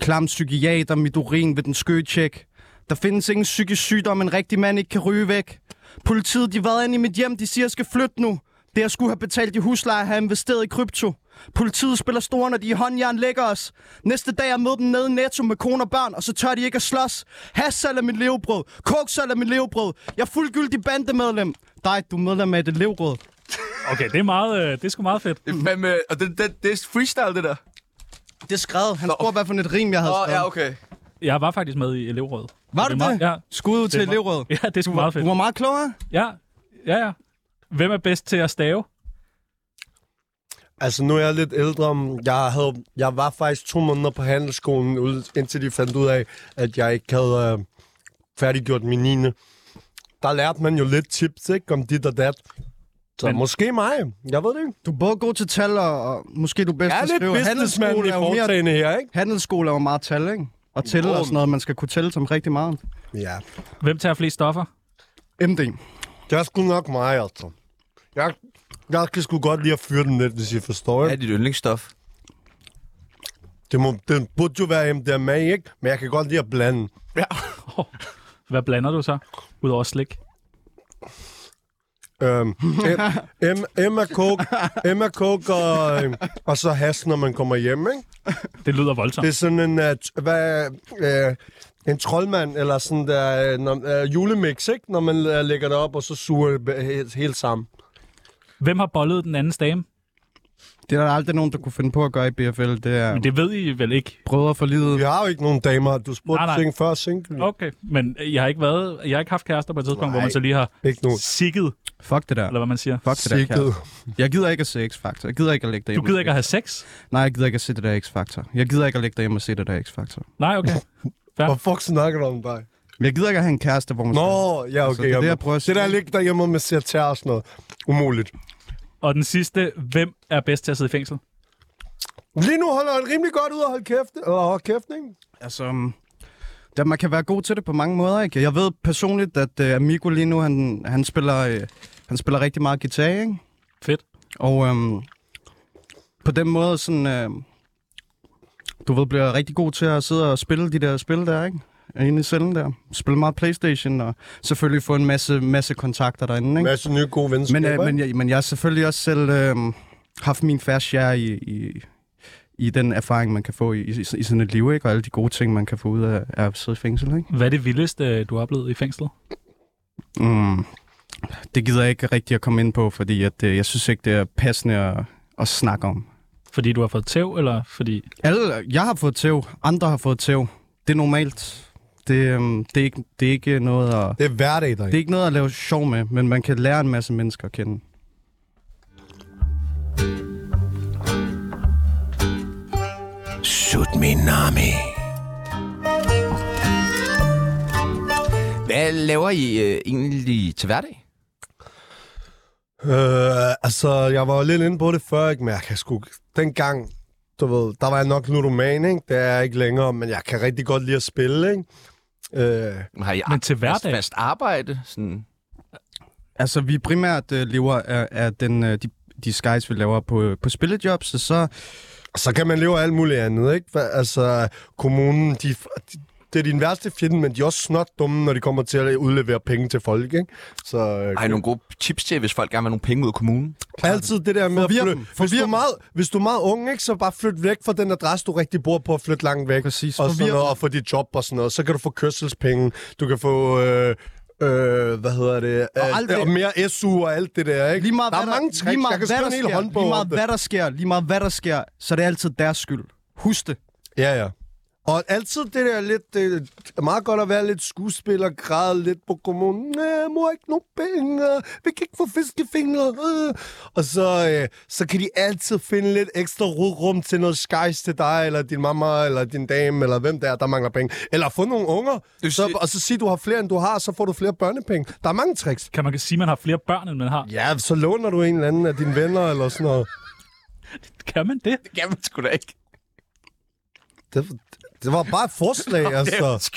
Speaker 1: klam psykiater, mit urin ved den skøtjek. Der findes ingen psykisk sygdom, en rigtig mand ikke kan ryge væk. Politiet, de var inde i mit hjem, de siger, jeg skal flytte nu. Det, jeg skulle have betalt i husleje, har jeg investeret i krypto. Politiet spiller store, når de i håndjern lægger os. Næste dag, jeg møder dem nede i Netto med kone og børn, og så tør de ikke at slås. Hassal er mit levebrød. Koksal er mit levebrød. Jeg er fuldgyldig bandemedlem. Dig, du er medlem af det levebrød.
Speaker 5: Okay, det er, meget, øh, det er sgu meget fedt.
Speaker 2: Men, øh, og det, det, det er freestyle, det der.
Speaker 1: Det er skrevet. Han spurgte, hvad for et rim, jeg havde
Speaker 2: Åh,
Speaker 1: skrevet.
Speaker 2: ja, okay.
Speaker 5: Jeg var faktisk med i elevrådet.
Speaker 1: Var
Speaker 5: det
Speaker 1: du
Speaker 5: er
Speaker 1: det?
Speaker 5: meget- ja.
Speaker 1: Skud ud til
Speaker 5: er meget-
Speaker 1: elevrådet.
Speaker 5: Ja, det er sgu
Speaker 1: Du,
Speaker 5: meget
Speaker 1: var-
Speaker 5: fedt.
Speaker 1: du var meget klogere.
Speaker 5: Ja, ja, ja. Hvem er bedst til at stave?
Speaker 4: Altså, nu er jeg lidt ældre. men Jeg, havde, jeg var faktisk to måneder på handelsskolen, ud- indtil de fandt ud af, at jeg ikke havde øh, færdiggjort min 9. Der lærte man jo lidt tips, ikke? Om dit og dat. Så
Speaker 5: Men-
Speaker 4: Men... måske mig. Jeg ved det ikke.
Speaker 1: Du er både god til tal, og, og måske du er bedst
Speaker 4: Jeg er
Speaker 1: til at skrive.
Speaker 4: lidt businessman i
Speaker 1: Handelsskole er jo mere-
Speaker 4: foretagende her, ikke?
Speaker 1: Handelsskole er jo meget tal, ikke? Og tælle og sådan noget. Man skal kunne tælle som rigtig meget.
Speaker 4: Ja.
Speaker 5: Hvem tager flest stoffer?
Speaker 1: MD.
Speaker 4: Det er sgu nok mig, altså. Jeg, jeg kan sgu godt lide at fyre den lidt, hvis I forstår.
Speaker 2: Hvad
Speaker 4: Ja.
Speaker 2: er dit yndlingsstof?
Speaker 4: Det, må, det burde jo være MDMA, ikke? Men jeg kan godt lide at blande.
Speaker 5: Hvad blander du så? Udover slik.
Speaker 4: Øhm, M, M, M er coke, M er coke og, øhm, og så has, når man kommer hjem, ikke?
Speaker 5: Det lyder
Speaker 4: Det
Speaker 5: voldsomt. Det...
Speaker 4: er sådan en, uh, hvad, uh, en troldmand, eller sådan der, uh, når, uh, julemix, ikke? Når man uh, lægger det op, og så suger det be- helt, helt sammen.
Speaker 5: Hvem har bollet den anden dame?
Speaker 1: Det er der aldrig nogen, der kunne finde på at gøre i BFL. Det er
Speaker 5: Men det ved I vel ikke.
Speaker 1: brødre for livet.
Speaker 4: Vi
Speaker 1: Ja.
Speaker 4: har jo ikke nogen damer. Du spurgte
Speaker 5: Nej, nej.
Speaker 4: ting før single. Okay.
Speaker 5: Okay, men jeg har ikke været, jeg har ikke haft kærester på et tidspunkt, Nej. hvor man så lige har
Speaker 4: Ikke nogen.
Speaker 5: sikket,
Speaker 1: Fuck det der.
Speaker 5: eller hvad man siger.
Speaker 1: Fuck det der, kære. Jeg gider ikke at se X-Factor. Jeg gider ikke at lægge dig
Speaker 5: Du gider ikke at have sex?
Speaker 1: Nej, jeg gider ikke at se det der X-Factor. Jeg gider ikke at lægge dig hjem og se det der X-Factor.
Speaker 5: Nej, okay.
Speaker 4: Hvor fuck snakker du om dig?
Speaker 1: Men jeg gider ikke at have en kæreste, hvor man
Speaker 4: Nå, ja, okay.
Speaker 1: Altså, det er det,
Speaker 4: jamen.
Speaker 1: jeg prøver at sige.
Speaker 4: det der ligger derhjemme med satær og sådan noget. Umuligt.
Speaker 5: Og den sidste, hvem er bedst til at sidde i fængsel?
Speaker 4: Lige nu holder han rimelig godt ud og holde kæft, eller holde kæft, ikke?
Speaker 1: Altså, um, der, man kan være god til det på mange måder, ikke? Jeg ved personligt, at uh, Amigo lige nu, han, han, spiller, øh, han spiller rigtig meget guitar, ikke?
Speaker 5: Fedt.
Speaker 1: Og øhm, på den måde, sådan, øhm, du ved, bliver rigtig god til at sidde og spille de der spil der, ikke? Inde i cellen der. Spille meget Playstation, og selvfølgelig få en masse, masse kontakter derinde, ikke?
Speaker 4: Masse nye gode venskaber.
Speaker 1: Men, øh, men,
Speaker 4: ikke?
Speaker 1: jeg, men jeg har selvfølgelig også selv øhm, haft min færre share i, i, i den erfaring, man kan få i, i, i sådan et liv, ikke? Og alle de gode ting, man kan få ud af, af at sidde i fængsel, ikke?
Speaker 5: Hvad er det vildeste, øh, du har oplevet i fængslet?
Speaker 1: Mm. Det gider jeg ikke rigtig at komme ind på, fordi at, øh, jeg synes ikke, det er passende at, at snakke om.
Speaker 5: Fordi du har fået tæv, eller fordi...
Speaker 1: Alle, jeg har fået tæv, andre har fået tæv. Det er normalt. Det, øhm, det, er, ikke, det er ikke noget at...
Speaker 4: Det er hverdag, der.
Speaker 1: Det er ikke noget at lave sjov med, men man kan lære en masse mennesker at kende.
Speaker 2: Tsunami. Hvad laver I øh, egentlig til hverdag?
Speaker 4: Øh, altså, jeg var jo lidt inde på det før, ikke? men jeg kan sgu... dengang, du ved, der var jeg nok ludoman, ikke? Det er jeg ikke længere, men jeg kan rigtig godt lide at spille, ikke? Øh,
Speaker 2: Har I
Speaker 5: Men til
Speaker 2: fast,
Speaker 5: hverdag?
Speaker 2: fast arbejde? Sådan.
Speaker 1: Altså, vi primært øh, lever af, af den, øh, de, de skies, vi laver på, øh, på spillejobs, så, så
Speaker 4: så kan man leve af alt muligt andet, ikke? Hva- Altså, kommunen, de, de, det er din værste fjende, men de er også snot dumme, når de kommer til at udlevere penge til folk, ikke? Så øh,
Speaker 2: Har I nogle gode tips til, hvis folk gerne vil have nogle penge ud af kommunen?
Speaker 4: altid det der med at
Speaker 1: Forvirr
Speaker 4: flytte.
Speaker 1: dem.
Speaker 4: Hvis du,
Speaker 1: Forvirr
Speaker 4: er meget, hvis du er meget ung, ikke, så bare flyt væk fra den adresse, du rigtig bor på, og flyt langt væk.
Speaker 1: Præcis.
Speaker 4: Og,
Speaker 1: Forvirr
Speaker 4: sådan noget, og få dit job og sådan noget. Så kan du få kørselspenge, du kan få... Øh, Øh, hvad hedder det? Og,
Speaker 1: alt
Speaker 4: øh,
Speaker 1: det-
Speaker 4: og mere SU og alt det der, ikke?
Speaker 1: lige meget,
Speaker 4: der er
Speaker 1: hvad
Speaker 4: mange
Speaker 1: der,
Speaker 4: tricks.
Speaker 1: lige meget,
Speaker 4: jeg kan
Speaker 1: hvad
Speaker 4: skrive
Speaker 1: der
Speaker 4: en hel
Speaker 1: sker,
Speaker 4: håndbog
Speaker 1: lige
Speaker 4: om
Speaker 1: meget,
Speaker 4: det.
Speaker 1: hvad der sker, lige meget hvad der sker, så er det altid deres skyld. Husk det.
Speaker 4: Ja, ja. Og altid det der lidt, det er meget godt at være lidt skuespiller, græde lidt på kommunen. Nej, mor ikke nogen penge, vi kan ikke få fiskefingre. øh." Og så, øh, så kan de altid finde lidt ekstra rum til noget skejs til dig, eller din mamma, eller din dame, eller hvem der er, der mangler penge. Eller få nogle unger,
Speaker 2: Du
Speaker 4: så,
Speaker 2: siger-
Speaker 4: og så sig, du har flere, end du har, så får du flere børnepenge. Der er mange tricks.
Speaker 5: Kan man sige, at man har flere børn, end man har?
Speaker 4: Ja, så låner du en eller anden af dine venner, eller sådan noget.
Speaker 5: Kan man det?
Speaker 2: Det kan man sgu da ikke. [LAUGHS]
Speaker 4: Det, det var bare et
Speaker 2: [LAUGHS]
Speaker 4: forslag, altså.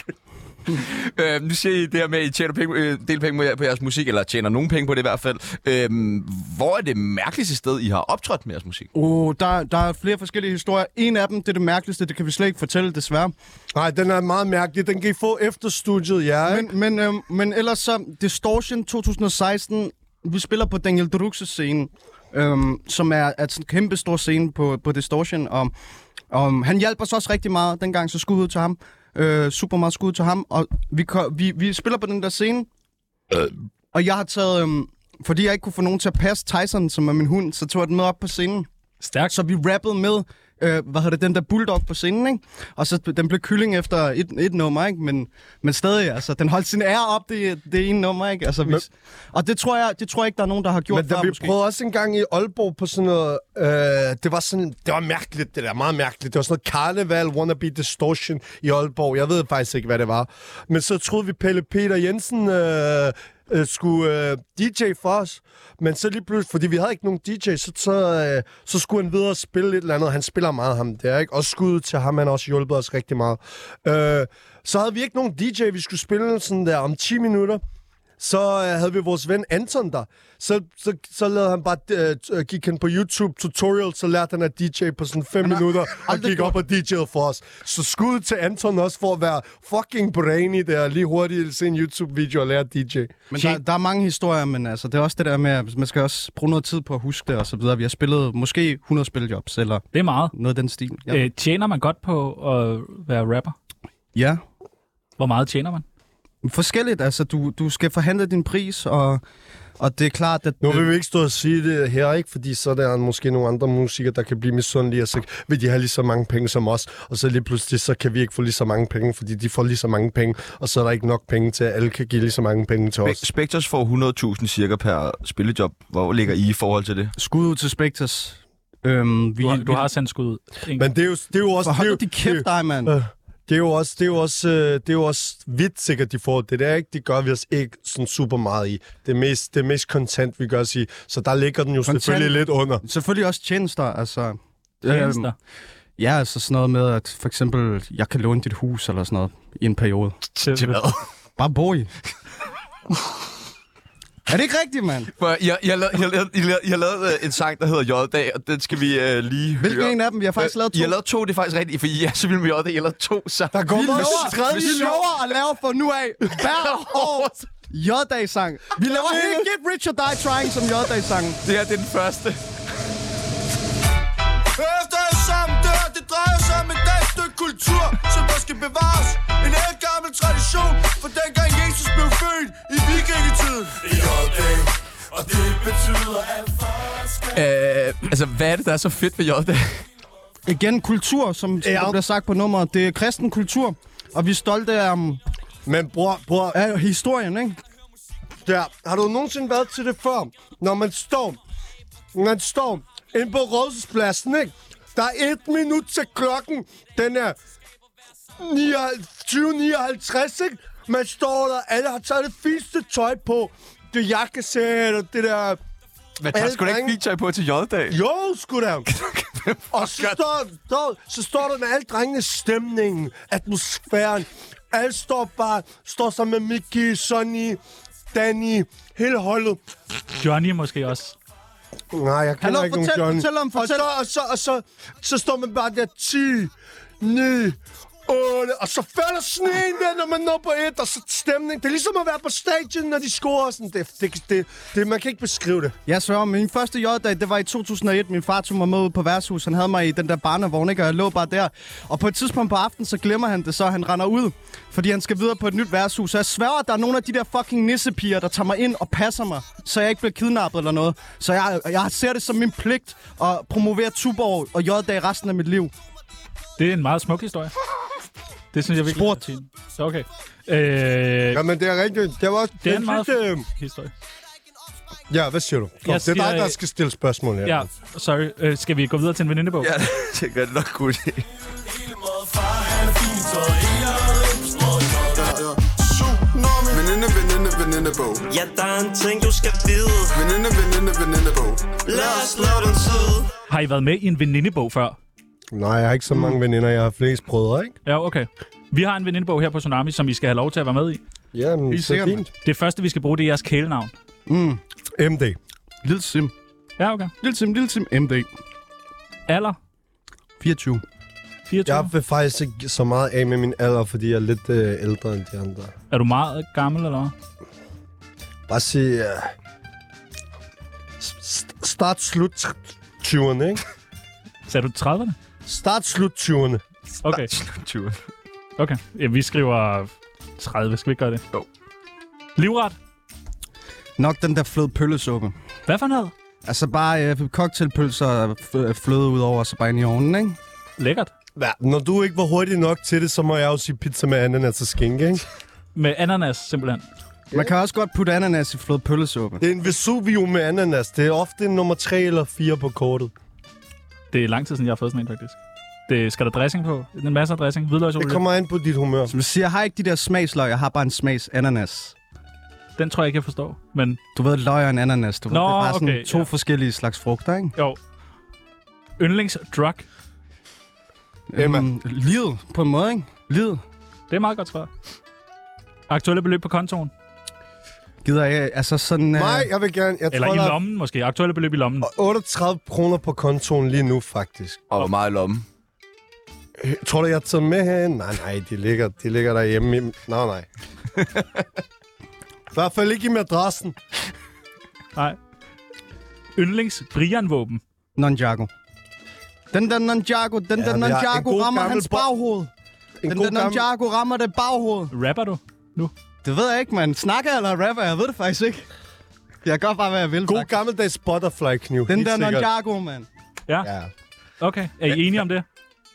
Speaker 2: øh, nu siger I det her med, at I tjener penge, øh, deler penge på jer- på jeres musik, eller tjener nogen penge på det i hvert fald. Øh, hvor er det mærkeligste sted, I har optrådt med jeres musik?
Speaker 1: Uh, der, der er flere forskellige historier. En af dem, det er det mærkeligste, det kan vi slet ikke fortælle, desværre.
Speaker 4: Nej, den er meget mærkelig. Den kan I få efter studiet, ja. ikke?
Speaker 1: Men, men, øh, men ellers så, Distortion 2016, vi spiller på Daniel Drux's scene, øhm, som er, er sådan en kæmpe stor scene på, på Distortion, og, og øhm, han hjalp os også rigtig meget dengang, så skud ud til ham. Øh, super meget skud til ham, og vi, ko- vi, vi spiller på den der scene, og jeg har taget, øhm, fordi jeg ikke kunne få nogen til at passe Tyson, som er min hund, så tog jeg den med op på scenen.
Speaker 5: Stærkt.
Speaker 1: Så vi rappede med, øh, hvad hedder det, den der bulldog på scenen, ikke? Og så den blev kylling efter et, et nummer, ikke? Men, men stadig, altså, den holdt sin ære op, det, det ene nummer, ikke? Altså, vi,
Speaker 4: Men-
Speaker 1: og det tror, jeg, det tror jeg ikke, der er nogen, der har gjort
Speaker 4: Men da
Speaker 1: før,
Speaker 4: vi
Speaker 1: måske.
Speaker 4: prøvede også engang i Aalborg på sådan noget... Øh, det var sådan... Det var mærkeligt, det der. Meget mærkeligt. Det var sådan noget karneval, wannabe distortion i Aalborg. Jeg ved faktisk ikke, hvad det var. Men så troede vi, Pelle Peter Jensen... Øh, øh, skulle øh, DJ for os, men så lige pludselig, fordi vi havde ikke nogen DJ, så, så, øh, så skulle han videre og spille et eller andet. Han spiller meget ham der, ikke? Og skud til ham, han har også hjulpet os rigtig meget. Øh, så havde vi ikke nogen DJ, vi skulle spille sådan der om 10 minutter så øh, havde vi vores ven Anton der. Så, så, så lavede han bare, øh, t- øh, gik han på YouTube tutorial, så lærte han at DJ på sådan 5 minutter, og gik op og DJ'ede for os. Så skud til Anton også for at være fucking brainy der, lige hurtigt se en YouTube-video og lære at DJ.
Speaker 1: Men der, der er mange historier, men altså, det er også det der med, at man skal også bruge noget tid på at huske det, og så videre. Vi har spillet måske 100 spiljobs, eller
Speaker 5: Det er meget.
Speaker 1: noget af den stil. Ja.
Speaker 5: Øh, tjener man godt på at være rapper?
Speaker 1: ja.
Speaker 5: Hvor meget tjener man?
Speaker 1: Forskelligt, altså, du, du skal forhandle din pris, og, og det er klart, at...
Speaker 4: Nu vil vi ikke stå og sige det her, ikke? Fordi så er der måske nogle andre musikere, der kan blive misundelige, og så vil de have lige så mange penge som os. Og så lige pludselig, så kan vi ikke få lige så mange penge, fordi de får lige så mange penge, og så er der ikke nok penge til, at alle kan give lige så mange penge til os.
Speaker 2: Spe- Spectres får 100.000 cirka per spillejob. Hvor ligger I i forhold til det?
Speaker 1: Skud ud til Spectres. Øhm, vi,
Speaker 5: Du, har- du
Speaker 1: vi-
Speaker 5: har sendt skud ud. En-
Speaker 4: Men det er jo, det er jo også... det er
Speaker 1: Hold
Speaker 4: jo,
Speaker 1: nu din kæft, dig, mand.
Speaker 4: Øh, Det er jo også, det er jo også, øh, det er jo også vidt sikkert, de får det der, ikke? Det gør vi os ikke sådan super meget i. Det er mest, det er mest content, vi gør os i. Så der ligger den jo
Speaker 1: Content.
Speaker 4: selvfølgelig lidt under.
Speaker 1: Selvfølgelig også tjenester, altså...
Speaker 5: Tjenester.
Speaker 1: Øhm, ja, altså sådan noget med, at for eksempel, jeg kan låne dit hus eller sådan noget i en periode.
Speaker 5: til, til hvad?
Speaker 1: Bare bo i. [LAUGHS] er det ikke rigtigt, mand?
Speaker 2: For I har, I har, lavet, I har, lavet, I har, lavet, I har lavet øh, en sang, der hedder J-dag, og den skal vi øh, lige
Speaker 1: Hvilken
Speaker 2: høre.
Speaker 1: en af dem? Vi har faktisk
Speaker 2: Øh,
Speaker 1: lavet to.
Speaker 2: I har lavet to, det er faktisk rigtigt, for I er så vildt med J-dag. I har lavet to sange.
Speaker 4: Der går
Speaker 1: vi
Speaker 4: bare
Speaker 1: lover,
Speaker 4: tredje
Speaker 1: vi
Speaker 4: show.
Speaker 1: lover at lave fra nu af
Speaker 2: [LAUGHS]
Speaker 1: hver år J-dag-sang. Vi laver hele Get Rich or Die Trying som J-dag-sang.
Speaker 2: Det her det er den første.
Speaker 3: Efter jeg sammen dør, det drejer sig om et dansk stykke kultur, som der skal bevares. En gammel tradition, for dengang Jesus blev født i vikingetiden. I J-dag, og det betyder alt
Speaker 2: Øh, altså, hvad er det, der er så fedt ved J-dag?
Speaker 1: Igen, kultur, som, som
Speaker 4: Ja.
Speaker 1: der bliver sagt på nummeret. Det er kristen kultur. Og vi er stolte af, um,
Speaker 4: Men bror, bror,
Speaker 1: af historien, ikke?
Speaker 4: der. Har du nogensinde været til det før? Når man står, når man står inde på rådhuspladsen, ikke? Der er et minut til klokken. Den er 20.59, ikke? Man står der, alle har taget det fineste tøj på. Det jakkesæt og det der
Speaker 2: Men der
Speaker 4: Alle
Speaker 2: skulle da ikke
Speaker 4: drenge-
Speaker 2: feature på til J-dag.
Speaker 4: Jo, sgu
Speaker 1: [LAUGHS]
Speaker 4: da. og så står, der, så står der med alle drengene stemningen, atmosfæren. Alle står bare, står sammen med Mickey, Sonny, Danny, hele holdet.
Speaker 5: Johnny måske også.
Speaker 4: Nej, jeg kender
Speaker 1: Hallo,
Speaker 4: ikke
Speaker 1: fortæl-
Speaker 4: nogen Johnny.
Speaker 1: fortæl om- fortæl-
Speaker 4: Og, så, og, så, og så, så står man bare der 10, 9, 8, og så falder sneen der, når man når på et, og så stemning. Det er ligesom at være på stadion, når de scorer. Sådan. Det, det, det, det, man kan ikke beskrive det.
Speaker 1: Jeg sværger, min første J-dag, det var i 2001. Min far tog mig med ud på værtshus. Han havde mig i den der barnevogn, ikke? Og jeg lå bare der. Og på et tidspunkt på aftenen, så glemmer han det, så han render ud. Fordi han skal videre på et nyt værtshus. Så jeg sværger, at der er nogle af de der fucking nissepiger, der tager mig ind og passer mig. Så jeg ikke bliver kidnappet eller noget. Så jeg, jeg ser det som min pligt at promovere Tuborg og J-dag resten af mit liv.
Speaker 5: Det er en meget smuk historie. Det synes jeg virkelig. Sport. Så okay. Øh,
Speaker 4: Jamen, det er rigtigt. Det var også...
Speaker 5: det er
Speaker 4: jeg
Speaker 5: en meget
Speaker 4: synes,
Speaker 1: øhm.
Speaker 4: det-
Speaker 5: fin historie.
Speaker 4: Ja, hvad siger du? Nå,
Speaker 5: Jeg
Speaker 4: det er dig,
Speaker 5: siger-
Speaker 4: der skal stille spørgsmål her.
Speaker 5: Ja, sorry. Øh, skal vi gå videre til en venindebog?
Speaker 2: Ja, [LAUGHS] det gør det nok godt.
Speaker 10: Veninde, veninde, venindebog.
Speaker 7: Ja, der er en ting, du skal vide.
Speaker 10: Veninde, veninde, venindebog.
Speaker 7: Lad os slå den tid.
Speaker 5: Har I været med i en venindebog før?
Speaker 4: Nej, jeg har ikke så mange veninder. Jeg har flest brødre, ikke?
Speaker 5: Ja, okay. Vi har en venindebog her på Tsunami, som I skal have lov til at være med i.
Speaker 4: Jamen,
Speaker 1: I er
Speaker 4: så
Speaker 1: sikkert-
Speaker 4: fint.
Speaker 5: Det første, vi skal bruge, det er jeres kælenavn.
Speaker 4: MD.
Speaker 1: Lille Sim.
Speaker 5: Ja, okay.
Speaker 1: Lille Sim, Lille Sim. MD.
Speaker 5: Alder?
Speaker 1: 24.
Speaker 5: 24?
Speaker 4: Jeg vil faktisk ikke så meget af med min alder, fordi jeg er lidt øh, ældre end de andre.
Speaker 5: Er du meget gammel, eller hvad?
Speaker 4: Bare sige... Øh, s- s- start slut 20'erne, ikke?
Speaker 5: Sagde du 30'erne?
Speaker 4: Start slut 20'erne.
Speaker 5: Okay, okay. Ja, vi skriver 30. Skal vi ikke gøre det?
Speaker 2: Jo.
Speaker 5: Livret?
Speaker 1: Nok den der flød pøllesuppe.
Speaker 5: Hvad for noget?
Speaker 1: Altså bare øh, cocktailpølser og f- fløde ud over, og så bare ind i ovnen, ikke?
Speaker 5: Lækkert.
Speaker 4: [LAUGHS] Ja, når du ikke var hurtig nok til det, så må jeg jo sige pizza med ananas og skinke, ikke?
Speaker 5: Med ananas, simpelthen.
Speaker 1: Man kan også godt putte ananas i fløde pøllesuppe.
Speaker 4: Det er [LAUGHS] en Vesuvio med ananas. Det er ofte en nummer 3 eller 4 på kortet.
Speaker 5: Det er lang tid siden, jeg har fået sådan en, faktisk. Det skal der dressing på. En masse af dressing. Hvidløgsolie.
Speaker 4: Det kommer an på dit humør.
Speaker 1: Som du siger, jeg har ikke de der smagsløg, jeg har bare en smags ananas.
Speaker 5: Den tror jeg ikke, jeg forstår. Men
Speaker 1: Du ved, løg og en ananas, du ved.
Speaker 5: Nå,
Speaker 1: det er bare sådan
Speaker 5: okay,
Speaker 1: to
Speaker 5: ja.
Speaker 1: forskellige slags frugter, ikke?
Speaker 5: jo. Yndlingsdrug.
Speaker 4: Emma.
Speaker 1: Øhm, livet, på en måde, ikke? Livet.
Speaker 5: Det er meget godt svar. Aktuelle beløb på kontoen.
Speaker 1: Gider jeg, altså sådan... øh,
Speaker 4: Nej, jeg vil gerne... Jeg
Speaker 5: Eller
Speaker 4: tror, der
Speaker 5: i
Speaker 4: er
Speaker 5: lommen, måske. Aktuelle beløb i lommen.
Speaker 4: 38 kroner på kontoen lige nu, faktisk.
Speaker 2: Og hvor meget i lommen?
Speaker 4: Øh, Tror du, jeg har taget med herhen? Nej, nej, de ligger, de ligger derhjemme. i- Nej, nej. I hvert fald ikke i madrassen.
Speaker 5: Nej. Yndlings Brian-våben.
Speaker 1: Nonjago. Den der Nonjago, den
Speaker 4: Ja,
Speaker 1: der
Speaker 4: men jeg- en
Speaker 1: Nonjago
Speaker 4: god
Speaker 1: rammer
Speaker 4: gammel
Speaker 1: hans
Speaker 4: bo-
Speaker 1: baghoved.
Speaker 4: En
Speaker 1: Den
Speaker 4: god
Speaker 1: der
Speaker 4: gammel-
Speaker 1: Nonjago rammer det baghoved.
Speaker 5: Rapper du?
Speaker 1: Det ved jeg ikke, man. Snakker jeg eller rapper? Jeg ved det faktisk ikke. Jeg gør bare, hvad jeg vil.
Speaker 4: God
Speaker 1: faktisk.
Speaker 4: gammeldags butterfly-kniv.
Speaker 1: Den
Speaker 4: helt
Speaker 1: der
Speaker 4: sikkert.
Speaker 1: Nonjago, mand.
Speaker 5: Ja.
Speaker 4: Ja.
Speaker 5: Okay. Er I enige om det?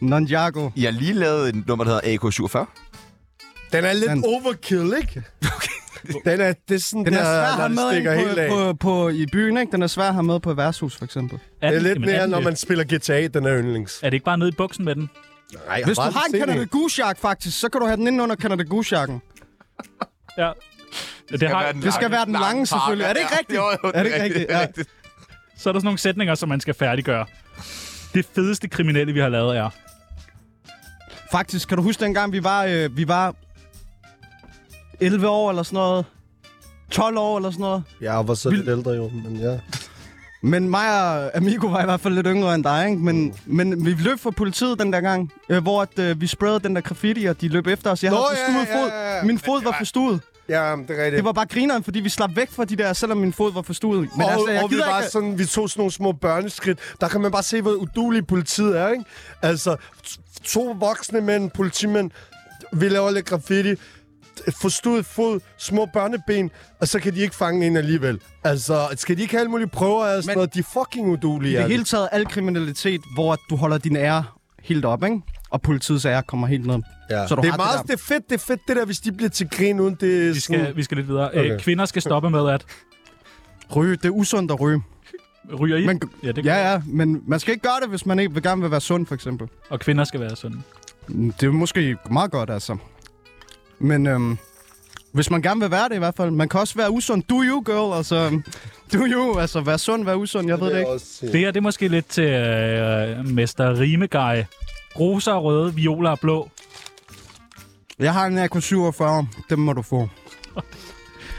Speaker 1: Nonjago.
Speaker 2: I har lige lavet et nummer, der hedder AK47.
Speaker 4: Den er lidt
Speaker 1: Den-
Speaker 4: overkill, ikke? Okay. [LAUGHS] Den er, det er sådan,
Speaker 1: Den er
Speaker 4: der,
Speaker 1: svær at
Speaker 4: når
Speaker 1: have
Speaker 4: det stikker
Speaker 1: med ind
Speaker 4: helt af.
Speaker 1: på, på, på, i byen, ikke? Den er svær at have med på et værtshus, for eksempel.
Speaker 5: Er
Speaker 4: det er
Speaker 5: den-
Speaker 4: lidt
Speaker 5: jamen,
Speaker 4: mere,
Speaker 5: den
Speaker 4: når
Speaker 5: det?
Speaker 4: man spiller GTA, den er yndlings.
Speaker 5: Er det ikke bare nede i buksen med den?
Speaker 4: Nej,
Speaker 1: Hvis du har en Canada Goose jakke, faktisk, så kan du have den inde under Canada Goose jakken.
Speaker 5: Ja. Det, det har,
Speaker 1: Det skal være den lange, selvfølgelig. Er det
Speaker 2: [LAUGHS]
Speaker 1: ikke rigtigt? Er det ikke rigtigt? Ja.
Speaker 5: så er der sådan nogle sætninger, som man skal færdiggøre. Det fedeste kriminelle, vi har lavet, er...
Speaker 1: Faktisk, kan du huske dengang, vi var, øh, vi var 11 år eller sådan noget? 12 år eller sådan noget?
Speaker 4: Jeg var så lidt ældre jo, men ja.
Speaker 1: [LAUGHS] Men mig og Amigo var i hvert fald lidt yngre end dig, ikke?
Speaker 4: Mm.
Speaker 1: Men, men vi løb fra politiet den der gang, øh, hvor at, øh, vi spredte den der graffiti, og de løb efter os. Jeg
Speaker 4: Nå,
Speaker 1: havde
Speaker 4: ja,
Speaker 1: forstuet
Speaker 4: ja,
Speaker 1: fod.
Speaker 4: ja, ja.
Speaker 1: Min fod var forstuet.
Speaker 4: Ja, men det er rigtigt.
Speaker 1: Det var bare grineren, fordi vi slap væk fra de der, selvom min fod var forstuet. Men
Speaker 4: Men og,
Speaker 1: altså,
Speaker 4: altså,
Speaker 1: jeg
Speaker 4: og vi
Speaker 1: gider
Speaker 4: var
Speaker 1: ikke-
Speaker 4: sådan, vi tog sådan nogle små børneskridt. Der kan man bare se, hvor udulig politiet er, ikke? Altså, t- to voksne mænd, politimænd, vi laver lidt graffiti, forstudet fod, små børneben, og så kan de ikke fange en alligevel. Altså, skal de ikke have alle mulige prøver af sådan
Speaker 1: Men-
Speaker 4: noget? De er fucking udulige.
Speaker 1: I
Speaker 4: er
Speaker 1: det
Speaker 4: de.
Speaker 1: hele taget al kriminalitet, hvor at du holder din ære helt op, ikke? Og politiets ære kommer helt ned.
Speaker 4: ja.
Speaker 1: så du
Speaker 4: det er
Speaker 1: har det
Speaker 4: meget,
Speaker 1: der-
Speaker 4: det, er fedt, det er fedt, det der, hvis de bliver til grin uden det...
Speaker 5: Vi
Speaker 4: Sådan,
Speaker 5: skal, vi skal lidt videre.
Speaker 4: Mm. Okay.
Speaker 5: Okay. Øh, kvinder skal stoppe med at...
Speaker 1: Ryge, det er usundt at ryge.
Speaker 5: Ryger I?
Speaker 1: Men-
Speaker 5: ja, det
Speaker 1: Ja,
Speaker 5: gør
Speaker 1: ja, men man skal ikke gøre det, hvis man ikke vil gerne vil være sund, for eksempel.
Speaker 5: jeg. Og kvinder skal være sådan.
Speaker 1: Det er måske meget godt, altså. Men øhm, Hvis man gerne vil være det i hvert fald. Man kan også være usund. Do you, girl. Altså, do you. Altså, vær sund, vær usund. Jeg ved det ikke.
Speaker 5: Det her, det er måske lidt til øh, Mester Rimegej. Roser er røde, violer er blå.
Speaker 1: Jeg har en AK47. Dem må du få.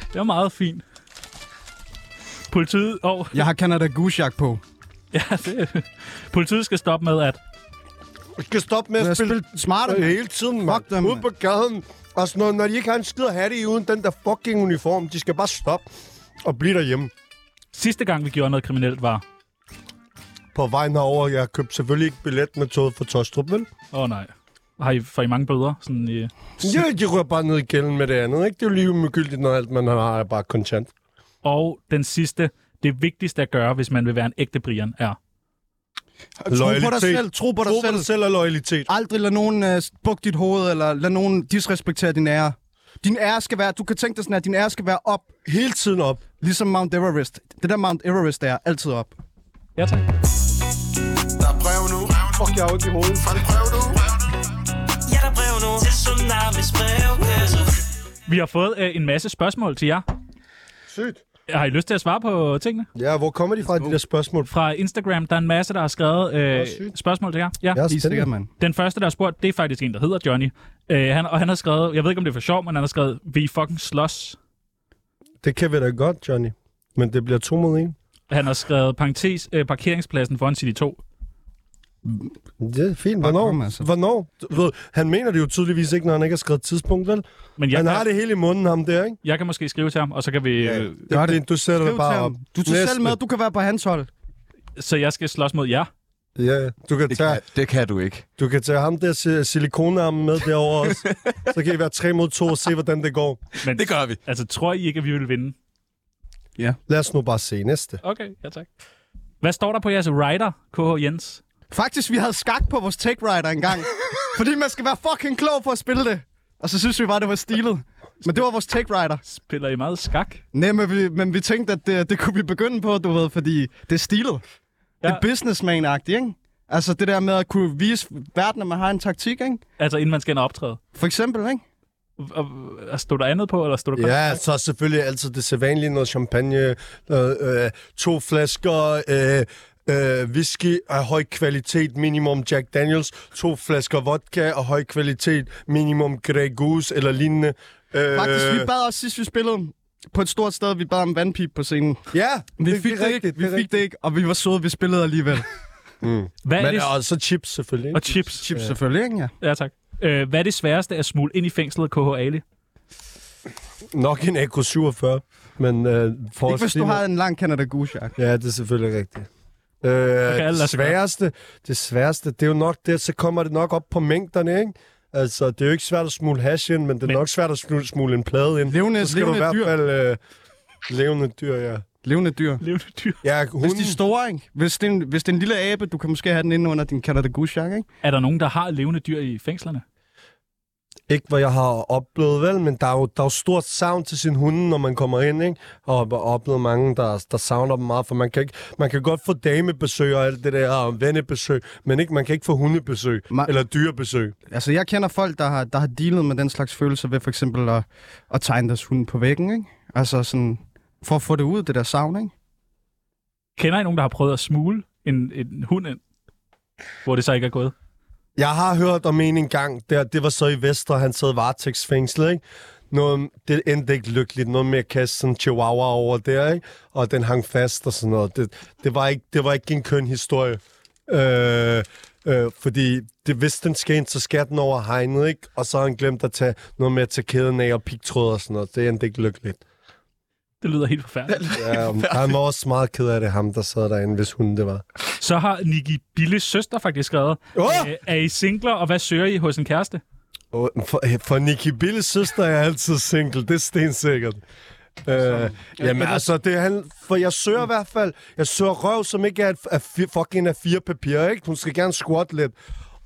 Speaker 5: Det var meget fint. Politiet, og
Speaker 1: Jeg har Canada Goose Jack på.
Speaker 5: [LAUGHS] ja, det, politiet skal stoppe med at...
Speaker 4: Vi skal stoppe med
Speaker 1: Jeg
Speaker 4: at spille
Speaker 1: spille smarte.
Speaker 4: øh, hele tiden, mand.
Speaker 1: Fuck dem,
Speaker 4: Ude
Speaker 1: mand.
Speaker 4: på gaden. Og sådan noget, når de ikke har en skid at have det i uden den der fucking uniform. De skal bare stoppe og blive derhjemme.
Speaker 5: Sidste gang, vi gjorde noget kriminelt, var...
Speaker 4: På vejen herover, jeg købte selvfølgelig ikke billet med toget fra Tostrup, vel?
Speaker 5: Åh oh, nej. Har I, får I mange bøder? Sådan, øh,
Speaker 4: Ja, de rører bare ned i gælden med det andet, ikke? Det er jo lige umegyldigt, når alt man har er bare kontant.
Speaker 5: Og den sidste, det vigtigste at gøre, hvis man vil være en ægte Brian, er...
Speaker 1: Tro på dig
Speaker 4: Loyalitet.
Speaker 1: selv. Tro på dig
Speaker 4: Tro på
Speaker 1: selv.
Speaker 4: dig selv og loyalitet.
Speaker 1: Aldrig lad nogen øh, bukke dit hoved, eller lad nogen disrespektere din ære. Din ære skal være, du kan tænke dig sådan, at din ære skal være op,
Speaker 4: Hele tiden op.
Speaker 1: ligesom Mount Everest. Det der Mount Everest er, altid op.
Speaker 5: Ja, tak.
Speaker 10: Der er brev nu.
Speaker 4: Fuck, jeg har ondt i hovedet.
Speaker 10: Fra det brev nu.
Speaker 7: Ja, der er brev nu til Tsunamis brevkasse.
Speaker 5: Vi har fået øh, en masse spørgsmål til jer.
Speaker 4: Sygt.
Speaker 5: Har I lyst til at svare på tingene?
Speaker 4: Ja, hvor kommer de fra, de der spørgsmål?
Speaker 5: Fra Instagram, der er en masse, der har skrevet øh, spørgsmål til jer. Ja.
Speaker 4: Jeg er
Speaker 1: Lige sikkert,
Speaker 4: spændende.
Speaker 1: mand.
Speaker 5: Den første, der har spurgt, det er faktisk en, der hedder Johnny. Øh, han, og han har skrevet, jeg ved ikke, om det er for sjov, men han har skrevet, vi fucking slås.
Speaker 4: Det kan vi da godt, Johnny. Men det bliver to mod en.
Speaker 5: Han har skrevet, parentes, øh, parkeringspladsen foran City 2.
Speaker 4: Det er fint.
Speaker 1: kom,
Speaker 4: Hvornår?
Speaker 1: altså.
Speaker 4: Hvornår? Du ved, han mener det jo tydeligvis ikke, når han ikke har skrevet tidspunkt, vel?
Speaker 5: Men jeg,
Speaker 4: han
Speaker 5: kan,
Speaker 4: har det hele i munden, ham der, ikke?
Speaker 5: jeg kan måske skrive til ham, og så kan vi... Øh,
Speaker 1: Gør det.
Speaker 4: Du sætter
Speaker 1: Skriv
Speaker 4: det
Speaker 1: til
Speaker 4: bare op.
Speaker 1: ham. Du tager selv med, du kan være på hans hold.
Speaker 5: så jeg skal slås mod jer.
Speaker 4: Ja, du kan,
Speaker 2: Det
Speaker 4: tage,
Speaker 2: kan, det kan du ikke.
Speaker 4: du kan tage ham der si- silikonarmen med derovre også. Så kan I være tre mod to og se, hvordan det går.
Speaker 5: Men,
Speaker 2: Det gør vi.
Speaker 5: Altså, tror I ikke, at vi vil vinde?
Speaker 4: Lad os nu bare se næste.
Speaker 5: Okay, ja tak. Hvad står der på jeres rider, KH Jens?
Speaker 1: Faktisk, vi havde skak på vores take rider
Speaker 4: [LAUGHS]
Speaker 1: engang. fordi man skal være fucking klog for at spille det. Og så synes vi bare, det var stilet. Men det var vores take rider.
Speaker 5: Spiller I meget skak?
Speaker 1: Nej, men vi, men vi tænkte, at det, det kunne vi begynde på, du ved, fordi det er stilet. Ja. Det er businessman-agtigt, ikke? Altså det der med at kunne vise verden, at man har en taktik, ikke?
Speaker 5: Altså, inden man skal ind og optræde.
Speaker 1: For eksempel, ikke?
Speaker 5: Og, og stod der andet på, eller stod der kun...
Speaker 4: Ja, så selvfølgelig altid det sædvanlige, noget champagne, øh, øh, to flasker, øh, øh, whisky af høj kvalitet, minimum Jack Daniels, to flasker vodka af høj kvalitet, minimum Grey Goose eller lignende. Øh,
Speaker 1: Faktisk, vi bad også sidst, vi spillede på et stort sted, vi bad om vandpip på scenen.
Speaker 4: Ja,
Speaker 1: Vi
Speaker 4: det,
Speaker 1: fik det,
Speaker 4: er
Speaker 1: ikke,
Speaker 4: rigtigt,
Speaker 1: vi
Speaker 4: er
Speaker 1: fik det ikke, og vi var søde, vi spillede alligevel.
Speaker 5: Hvad er
Speaker 4: Men
Speaker 5: det...
Speaker 4: det... og øh, så chips selvfølgelig.
Speaker 5: Og
Speaker 4: ikke?
Speaker 5: chips.
Speaker 1: [LAUGHS] Chips selvfølgelig, ikke? Ja.
Speaker 5: Ja, tak. Øh, hvad er det sværeste at smule ind i fængslet, KH Ali?
Speaker 4: Nok en AK-47, men øh, for
Speaker 1: Ikke hvis
Speaker 4: sige
Speaker 1: du
Speaker 4: noget-
Speaker 1: har en lang Canada Goose, Jack.
Speaker 4: Ja, det er selvfølgelig rigtigt. Øh, det,
Speaker 5: lade sig gøre.
Speaker 4: sværeste, det sværeste, det er jo nok det, så kommer det nok op på mængderne, ikke? Altså, det er jo ikke svært at smule hash ind, men det er
Speaker 5: Men-
Speaker 4: men... nok svært at smule, smule en plade ind.
Speaker 1: Levende-
Speaker 4: Så skal du i
Speaker 1: levende
Speaker 4: hvert
Speaker 1: dyr.
Speaker 4: fald... Øh, levende dyr, ja.
Speaker 1: Levende dyr.
Speaker 5: Levende dyr.
Speaker 4: Ja,
Speaker 1: Hvis
Speaker 4: hunden,
Speaker 1: de er store, ikke? Hvis det, er en, hvis det er en lille abe, du kan måske have den inde under din Canada Goose Jack, ikke?
Speaker 5: Er der nogen, der har levende dyr i fængslerne?
Speaker 4: ikke hvad jeg har oplevet, vel, men der er jo, der er jo stort savn til sin hunde, når man kommer ind, ikke? Og jeg har oplevet mange, der, der savner dem meget, for man kan, ikke, man kan godt få damebesøg og alt det der, og vennebesøg, men ikke, man kan ikke få hundebesøg,
Speaker 1: Ma-
Speaker 4: eller dyrebesøg.
Speaker 1: Altså, jeg kender folk, der har, der har dealet med den slags følelser ved for eksempel at, at tegne deres hund på væggen, ikke? Altså sådan, for at få det ud, det der savn, ikke?
Speaker 5: Kender I nogen, der har prøvet at smule en, en hund ind? Hvor det så ikke er gået?
Speaker 4: Jeg har hørt om en engang, der, det var så i Vestre, han sad varetægtsfængslet, ikke? Noget, det endte ikke lykkeligt, noget med at kaste sådan en chihuahua over der, ikke? Og den hang fast og sådan noget. Det, det, var, ikke, det var ikke en køn historie. Øh, øh, fordi det, hvis den skal ind, så skal den over hegnet, ikke? Og så har han glemt at tage noget med at tage kæden af og pigtråd og sådan noget. Det endte ikke lykkeligt.
Speaker 5: Det lyder helt forfærdeligt.
Speaker 4: Ja, han var også meget ked af det, ham der sad derinde, hvis hun det var.
Speaker 5: Så har Niki Billes søster faktisk skrevet,
Speaker 4: Åh!
Speaker 5: øh, er I singler, og hvad søger I hos en kæreste?
Speaker 4: Og øh, For, for Nikki Billes søster er jeg altid single, det er stensikkert. Øh, jamen altså, det er han, for jeg søger i hvert fald, jeg søger røv, som ikke er, et- er fi, fucking af fire papirer, ikke? Hun skal gerne squat lidt.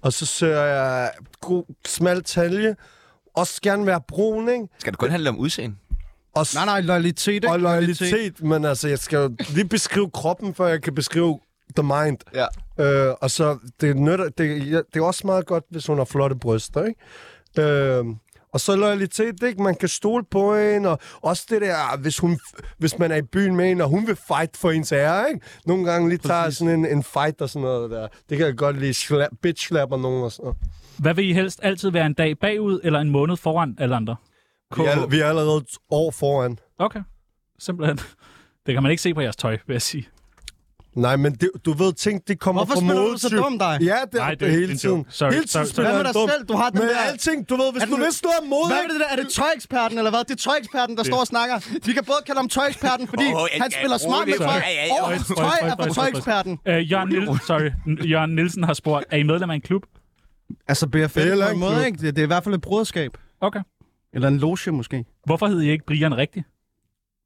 Speaker 4: Og så søger jeg god, smal talje, også gerne være brun, ikke?
Speaker 2: Skal det kun handle om udseende?
Speaker 4: Og, s-
Speaker 1: Nej, nej, loyalitet, ikke?
Speaker 4: og loyalitet, men altså, jeg skal jo lige beskrive kroppen, før jeg kan beskrive the mind.
Speaker 2: Ja.
Speaker 4: Øh, og så, det, nytter, det, ja, det er også meget godt, hvis hun har flotte bryster, ikke? Øh, Og så loyalitet, ikke? Man kan stole på en, og også det der, hvis, hun, hvis man er i byen med en, og hun vil fight for ens ære, ikke? Nogle gange lige tager sådan en, en fight og sådan noget der. Det kan jeg godt lide. Slap, bitch slapper nogen og sådan noget.
Speaker 5: Hvad vil I helst altid være en dag bagud, eller en måned foran alle andre?
Speaker 4: Vi er, vi er allerede et år foran.
Speaker 5: Okay. Simpelthen. Det kan man ikke se på jeres tøj, vil jeg sige.
Speaker 4: Nej, men det, du ved, ting, det kommer
Speaker 1: Hvorfor
Speaker 4: fra
Speaker 1: spiller du
Speaker 4: modetyp.
Speaker 1: så dum, dig?
Speaker 4: Ja, det er
Speaker 5: Nej,
Speaker 4: det,
Speaker 5: det er
Speaker 4: hele
Speaker 5: en
Speaker 4: tiden.
Speaker 5: joke. Sorry,
Speaker 4: hele tiden
Speaker 5: sorry, sorry.
Speaker 4: spiller
Speaker 1: Hvad med
Speaker 4: han
Speaker 1: dig
Speaker 4: dum.
Speaker 1: selv? Du har den
Speaker 4: men
Speaker 1: der-
Speaker 4: alting, du ved, hvis
Speaker 1: Er
Speaker 4: du
Speaker 1: den-
Speaker 4: vidste, du er modig...
Speaker 1: Hvad er det der? Er det tøjeksperten, eller hvad? Det er tøjeksperten, der står og snakker. Vi kan både kalde ham tøjeksperten, fordi
Speaker 2: Åh, jeg-
Speaker 1: han
Speaker 2: jeg-
Speaker 1: spiller smart med
Speaker 2: rolig,
Speaker 1: folk,
Speaker 2: sorry.
Speaker 1: og hans
Speaker 5: Sorry,
Speaker 1: tøj
Speaker 5: sorry,
Speaker 1: er fra
Speaker 5: sorry, sorry.
Speaker 1: tøjeksperten.
Speaker 5: Øh, Jørgen, Niel- Sorry. N- Jørgen Nielsen har spurgt, er I medlem af en klub?
Speaker 1: Altså, BFL
Speaker 4: er heller
Speaker 1: på en
Speaker 4: ikke
Speaker 1: måde,
Speaker 4: klub.
Speaker 1: ikke? Det, det er i hvert fald et broderskab.
Speaker 5: Okay.
Speaker 1: Eller en loge, måske.
Speaker 5: Hvorfor hed I ikke Brian rigtigt?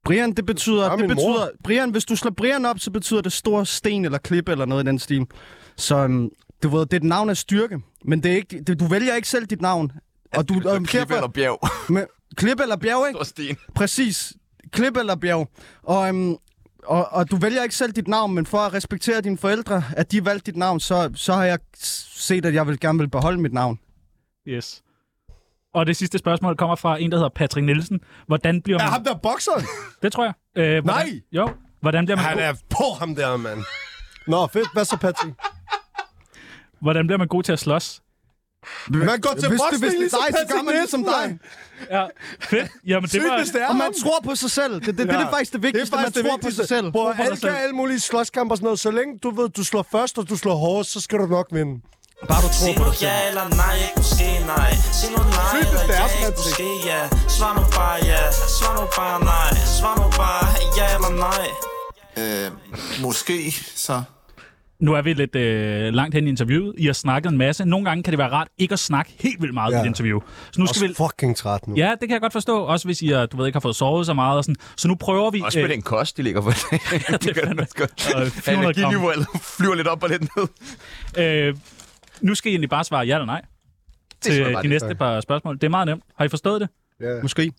Speaker 1: Brian, det betyder...
Speaker 4: Ja,
Speaker 1: det
Speaker 4: min
Speaker 1: betyder
Speaker 4: mor.
Speaker 1: Brian, hvis du slår Brian op, så betyder det stor sten eller klip eller noget i den stil. Så um, du ved, det er et navn af styrke, men det er ikke, det, du vælger ikke selv dit navn. Og du, og
Speaker 2: Klip eller bjerg. [LAUGHS]
Speaker 1: men, klip eller bjerg, ikke?
Speaker 2: Stor sten.
Speaker 1: Præcis. Klip eller bjerg. Og, øhm, og, og du vælger ikke selv dit navn, men for at respektere dine forældre, at de valgte dit navn, så, så har jeg s- set, at jeg vil gerne vil beholde mit navn.
Speaker 5: Yes. Og det sidste spørgsmål kommer fra en, der hedder Patrick Nielsen. Hvordan bliver man...
Speaker 4: Er ham der bokseren?
Speaker 5: Det tror jeg. Øh, hvordan...
Speaker 4: Nej!
Speaker 5: Jo. Hvordan bliver, man
Speaker 4: Han
Speaker 5: god...
Speaker 4: er på ham der, mand. Nå, fedt. Hvad så, Patrick?
Speaker 5: hvordan bliver man god til at slås?
Speaker 4: Man går til
Speaker 1: Hvis det, hvis
Speaker 4: boksning,
Speaker 1: det er
Speaker 4: ligesom
Speaker 1: dig, så
Speaker 4: Patrick
Speaker 1: gør man ligesom dig.
Speaker 5: Ja, fedt. Jamen, det
Speaker 4: Sygt, hvis det
Speaker 5: var...
Speaker 4: er ham.
Speaker 1: Og man tror på sig selv. Det, det, det, det er faktisk det vigtigste, man tror på sig selv.
Speaker 4: På
Speaker 5: på dig
Speaker 4: alle,
Speaker 5: selv.
Speaker 4: kan alle mulige slåskampe og sådan noget. Så længe du ved, du slår først, og du slår hårdest, så skal du nok vinde.
Speaker 1: Bare du tror
Speaker 7: Sig
Speaker 1: på
Speaker 7: nu
Speaker 1: dig selv.
Speaker 7: ja eller nej, ikke måske nej Sig nu nej
Speaker 4: Sygt, hvis
Speaker 7: eller
Speaker 4: det er
Speaker 7: ja, ikke
Speaker 4: sådan, at-
Speaker 7: måske ja Svar nu bare ja, svar nu bare nej Svar nu bare
Speaker 3: e
Speaker 7: ja eller nej
Speaker 10: Øh, måske så.
Speaker 5: Nu er vi lidt øh, langt hen i interviewet. I har snakket en masse. Nogle gange kan det være rart ikke at snakke helt vildt meget ja. i et interview. Så nu skal vi...
Speaker 4: Også fucking træt nu.
Speaker 5: Ja, det kan jeg godt forstå. Også hvis I er, du ved, ikke har fået sovet så meget. Og sådan. Så nu prøver vi... øh,
Speaker 2: Også med den kost, de ligger på. [LAUGHS] det kan man
Speaker 5: Og 400
Speaker 2: godt.
Speaker 5: gram.
Speaker 2: Energiniveauet flyver lidt op og lidt ned.
Speaker 5: øh, nu skal I egentlig bare svare ja eller nej til
Speaker 2: tror jeg bare,
Speaker 5: de
Speaker 2: det
Speaker 5: næste par spørgsmål. Det er meget nemt. Har I forstået det?
Speaker 1: Måske.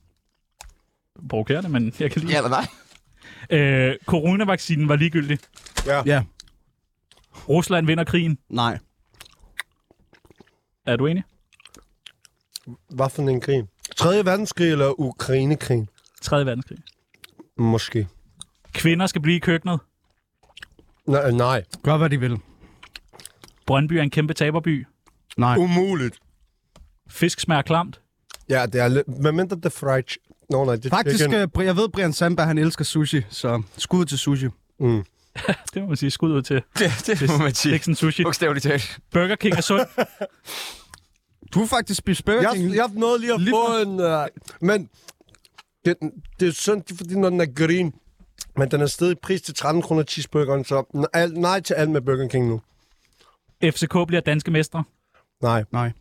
Speaker 5: Provokerende, men jeg kan lide
Speaker 2: Ja
Speaker 5: ja.
Speaker 2: eller nej?
Speaker 5: øh, Coronavaccinen var ligegyldig.
Speaker 1: Ja.
Speaker 5: Rusland vinder krigen.
Speaker 1: Nej.
Speaker 5: Er du enig?
Speaker 4: Hvad for en krig? 3. verdenskrig eller Ukrainekrig?
Speaker 5: 3. verdenskrig.
Speaker 4: Måske.
Speaker 5: Kvinder skal blive i køkkenet.
Speaker 4: Nej, nej.
Speaker 1: Gør, hvad de vil.
Speaker 5: Brøndby er en kæmpe taberby.
Speaker 1: Nej.
Speaker 4: Umuligt.
Speaker 5: Fisk smager klamt.
Speaker 4: Ja, det er lidt... Hvad mindre det er fried... chi- Nå, nej, det er
Speaker 1: Faktisk,
Speaker 4: chicken.
Speaker 1: øh, Bri- jeg ved, Brian Samba, han elsker sushi, så skud til sushi.
Speaker 5: Det må man sige skud ud til.
Speaker 2: Det, det må man sige.
Speaker 5: Dixon Sushi.
Speaker 2: Bogstaveligt talt.
Speaker 5: Burger King er sund. [LAUGHS]
Speaker 1: Du har faktisk spist Burger King.
Speaker 4: Jeg, jeg nåede lige at
Speaker 1: Lige
Speaker 4: få en... Øh, men det, det er synd, det er fordi, når den er green, men den er stedet i pris til 13 kroner cheeseburgeren, så n- al, nej til alt med Burger King nu.
Speaker 5: FCK bliver danske mestre.
Speaker 4: Nej,
Speaker 1: Nej.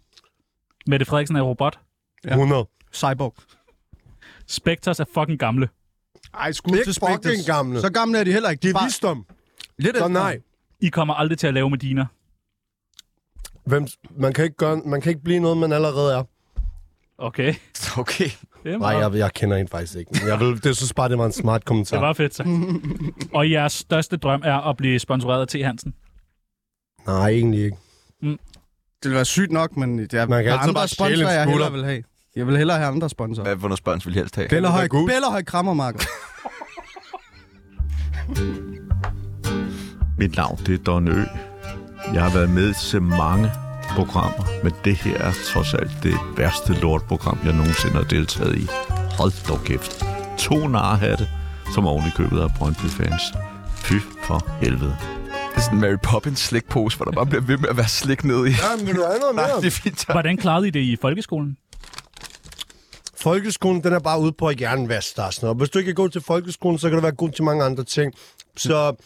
Speaker 5: Mette Frederiksen er robot.
Speaker 1: Ja.
Speaker 4: 100.
Speaker 1: Cyborg.
Speaker 5: Spectres er fucking gamle.
Speaker 1: Ej, skud
Speaker 4: Det er ikke fucking gamle.
Speaker 1: Så gamle er de heller ikke.
Speaker 4: De
Speaker 1: De
Speaker 4: er visdom.
Speaker 1: lidt
Speaker 4: Så
Speaker 1: ældre.
Speaker 4: nej.
Speaker 5: I kommer aldrig til at lave med diner.
Speaker 4: Hvem, man, kan ikke gøre, man kan ikke blive noget, man allerede er.
Speaker 5: Okay.
Speaker 2: Okay.
Speaker 5: Det,
Speaker 4: Nej,
Speaker 5: er meget-
Speaker 4: jeg, jeg kender en faktisk ikke. men Jeg, vil, det synes bare, det var en smart kommentar.
Speaker 5: det var fedt sagt. [LAUGHS] Og jeres største drøm er at blive sponsoreret af T. Hansen.
Speaker 4: Nej, egentlig ikke.
Speaker 1: Det ville være sygt nok, men
Speaker 4: Man kan
Speaker 1: jeg, der er
Speaker 4: altid
Speaker 1: andre
Speaker 4: bare stjæle en
Speaker 1: sponsorer, jeg hellere
Speaker 4: skulder.
Speaker 1: vil have. Jeg vil hellere have andre sponsorer.
Speaker 2: Hvad for noget spørgsmål vil I helst have?
Speaker 1: Bellerhøj,
Speaker 4: Gud.
Speaker 1: Bellerhøj [LAUGHS] Krammermarked.
Speaker 11: Mit navn det er Don Ø. Jeg har været med til mange programmer, men det her er trods alt det værste lortprogram, jeg nogensinde har deltaget i. Hold dog kæft. To narhatte, som oven i købet af Brøndby-fans. Fy for helvede.
Speaker 2: Det er sådan en Mary Poppins slikpose, hvor der bare bliver ved med at være slik nede i.
Speaker 4: Jamen, vil du have noget
Speaker 2: Nej,
Speaker 4: mere?
Speaker 2: [LAUGHS] det er fint. tak.
Speaker 5: Hvordan klarede I det i folkeskolen?
Speaker 4: Folkeskolen, den er bare ude på at jernvaske dig. og Sådan noget. Hvis du ikke er god til folkeskolen, så kan du være god til mange andre ting. Så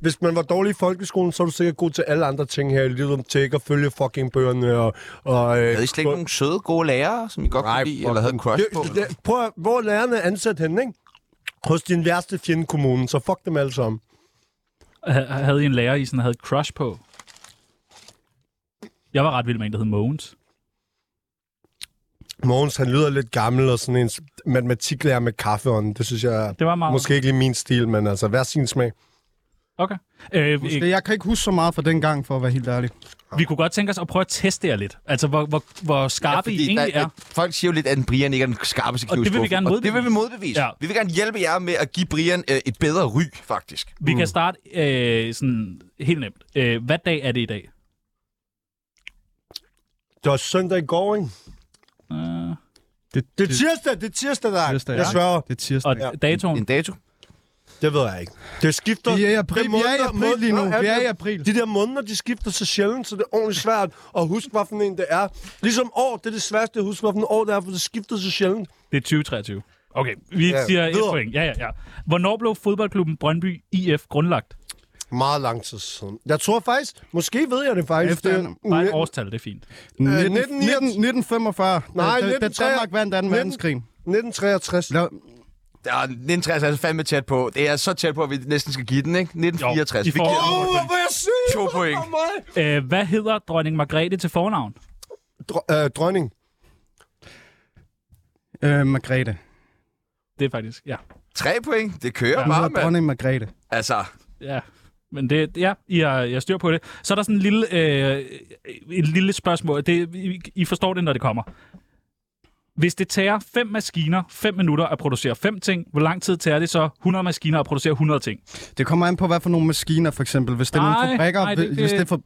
Speaker 4: hvis man var dårlig i folkeskolen, så er du sikkert god til alle andre ting her i livet. Til ikke at følge fucking bøgerne og... og øh,
Speaker 2: Havde I slet ikke nogen søde, gode lærere, som I godt kunne lide, eller havde en crush på?
Speaker 4: det, det, prøv at, hvor er lærerne ansat henne, ikke? Hos din værste fjende kommune, så fuck dem alle sammen.
Speaker 5: Ha- Havde I en lærer, I sådan havde et crush på? Jeg var ret vild med en, der hed Mogens.
Speaker 4: Mogens, han lyder lidt gammel og sådan en s- matematiklærer med kaffeånden. Det synes jeg
Speaker 5: Det var meget...
Speaker 4: måske ikke lige min stil, men altså, hver sin smag.
Speaker 5: Okay. Øh,
Speaker 1: Måske, jeg kan ikke huske så meget fra dengang, for at være helt ærlig.
Speaker 5: Vi kunne godt tænke os at prøve at teste jer lidt. Altså, hvor, hvor, hvor skarpe ja, I
Speaker 2: fordi
Speaker 5: egentlig
Speaker 2: der-
Speaker 5: er.
Speaker 2: Folk siger jo lidt, at Brian ikke er den skarpeste
Speaker 5: Og
Speaker 2: kniv i
Speaker 5: det vil vi
Speaker 2: skuffen,
Speaker 5: gerne
Speaker 2: og det
Speaker 5: modbevise.
Speaker 2: vil vi modbevise.
Speaker 5: Ja.
Speaker 2: Vi vil gerne hjælpe jer med at give Brian øh, et bedre ry, faktisk.
Speaker 5: Vi kan starte øh, sådan helt nemt. Øh, hvad dag er det i dag?
Speaker 4: Det var søndag i går, ikke?
Speaker 1: Det,
Speaker 4: det er tirsdag, det er tirsdag, der
Speaker 1: Tirsdag,
Speaker 4: Jeg
Speaker 1: ja.
Speaker 4: sværger.
Speaker 1: Det er tirsdag.
Speaker 5: Og datoen?
Speaker 2: En dato?
Speaker 4: Det ved jeg ikke. Det skifter...
Speaker 1: Vi er i april.
Speaker 4: Det
Speaker 1: Vi er i april lige nu.
Speaker 4: måneder-
Speaker 1: Vi er i april.
Speaker 4: De der måneder, de skifter så sjældent, så det er ordentligt svært at huske, hvad for en det er. Ligesom år, det er det sværeste at huske, hvad for en år det er, for det skifter så sjældent.
Speaker 5: Det er 2023. Okay, vi
Speaker 4: Ja,
Speaker 5: ja, siger et
Speaker 4: videre.
Speaker 5: point. Ja, ja, ja. Hvornår blev fodboldklubben Brøndby IF grundlagt?
Speaker 4: Meget lang tid siden. Jeg tror faktisk, måske ved jeg det faktisk.
Speaker 1: Efter
Speaker 4: det,
Speaker 1: en-
Speaker 5: Bare et årstal, det er fint.
Speaker 1: 19,
Speaker 4: 19,
Speaker 1: 1945.
Speaker 4: Nej,
Speaker 1: da, da, da
Speaker 4: 19,
Speaker 1: Danmark vandt 2.
Speaker 4: 19,
Speaker 1: verdenskrig.
Speaker 4: 1963.
Speaker 1: Ja,
Speaker 2: Ja, 1963 er altså fandme tæt på. Det er så tæt på, at vi næsten skal give den, ikke? 1964.
Speaker 5: Jo, I
Speaker 2: vi
Speaker 5: får-
Speaker 2: giver
Speaker 4: Åh, hvor er jeg syg!
Speaker 2: To point.
Speaker 4: Åh, mig!
Speaker 5: Øh, hvad hedder dronning Margrethe til fornavn?
Speaker 4: Dr- øh, dronning.
Speaker 1: øh, Margrethe.
Speaker 5: Det er faktisk, ja.
Speaker 2: Tre point. Det kører
Speaker 1: Hun
Speaker 2: bare,
Speaker 1: hedder
Speaker 2: mand.
Speaker 1: dronning Margrethe.
Speaker 2: Altså,
Speaker 5: Ja, men det, ja, I har, jeg styr på det. Så er der sådan en lille, øh, en lille spørgsmål. Det, I, I forstår det, når det kommer. Hvis det tager fem maskiner, fem minutter at producere fem ting, hvor lang tid tager det så 100 maskiner at producere 100 ting?
Speaker 1: Det kommer an på, hvad for nogle maskiner, for eksempel. Hvis det er nogle
Speaker 5: Nej,
Speaker 1: fabrikker...
Speaker 5: nej, det-
Speaker 1: hvis det er for...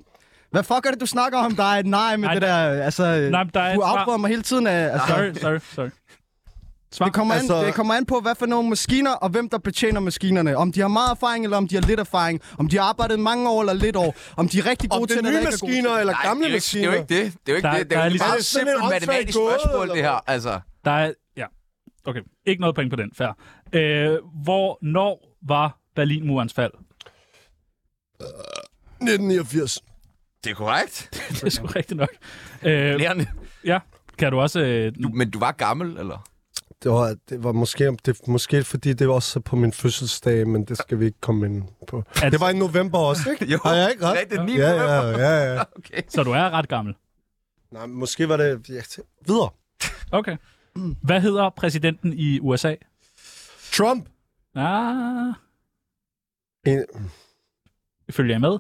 Speaker 1: Hvad fuck er det, du snakker om? Der er et nej med
Speaker 5: Nej,
Speaker 1: det der... Altså,
Speaker 5: Nej, men der er
Speaker 1: du
Speaker 5: et svar.
Speaker 1: afbryder mig hele tiden af... Altså,
Speaker 5: Sorry, sorry, sorry. Svar.
Speaker 1: Det kommer, altså...
Speaker 4: Altså-
Speaker 1: an, det kommer an på, hvad for nogle maskiner, og hvem der betjener maskinerne. Om de har meget erfaring, eller om de har lidt erfaring. Om de har arbejdet mange år, eller lidt år. Om de er rigtig gode
Speaker 4: Om det
Speaker 1: til,
Speaker 4: er
Speaker 1: eller
Speaker 4: nye
Speaker 1: ikke er gode til.
Speaker 4: maskiner eller
Speaker 2: nej,
Speaker 4: gamle
Speaker 2: det er jo ikke-
Speaker 4: maskiner.
Speaker 2: det er jo ikke det. Det er jo ikke
Speaker 5: Der-
Speaker 2: det. Det
Speaker 5: der
Speaker 2: er
Speaker 5: er
Speaker 2: jo et
Speaker 5: ligesom-
Speaker 2: meget
Speaker 4: Sådan en
Speaker 2: simpelt
Speaker 4: åndssvag
Speaker 2: matematisk
Speaker 4: gåde,
Speaker 2: spørgsmål,
Speaker 4: eller
Speaker 2: det her. Altså,
Speaker 5: Der er, ja, okay. Ikke noget point på den, fair. Øh, hvornår var Berlinmurens fald? [LAUGHS]
Speaker 4: 1989.
Speaker 2: det er korrekt.
Speaker 5: det er sgu rigtigt nok. Øh,
Speaker 2: Lærerne.
Speaker 5: ja, kan du også... Øh,
Speaker 2: Du, men du var gammel, eller?
Speaker 4: Det var, det var måske, det, måske fordi det var også på min fødselsdag, men det skal vi ikke komme ind på.
Speaker 5: At-
Speaker 4: Det var i november
Speaker 2: [LAUGHS]
Speaker 4: også, ikke?
Speaker 2: Jo,
Speaker 4: Har jeg ikke ret?
Speaker 2: det er den niende
Speaker 4: Ja,
Speaker 2: november.
Speaker 4: ja, ja, ja.
Speaker 5: så du er ret gammel.
Speaker 4: Nej, men måske var det... Ja, t- videre.
Speaker 5: Okay. Hvad hedder præsidenten i USA?
Speaker 4: Trump.
Speaker 5: Ah,
Speaker 4: En,
Speaker 5: følger jeg med?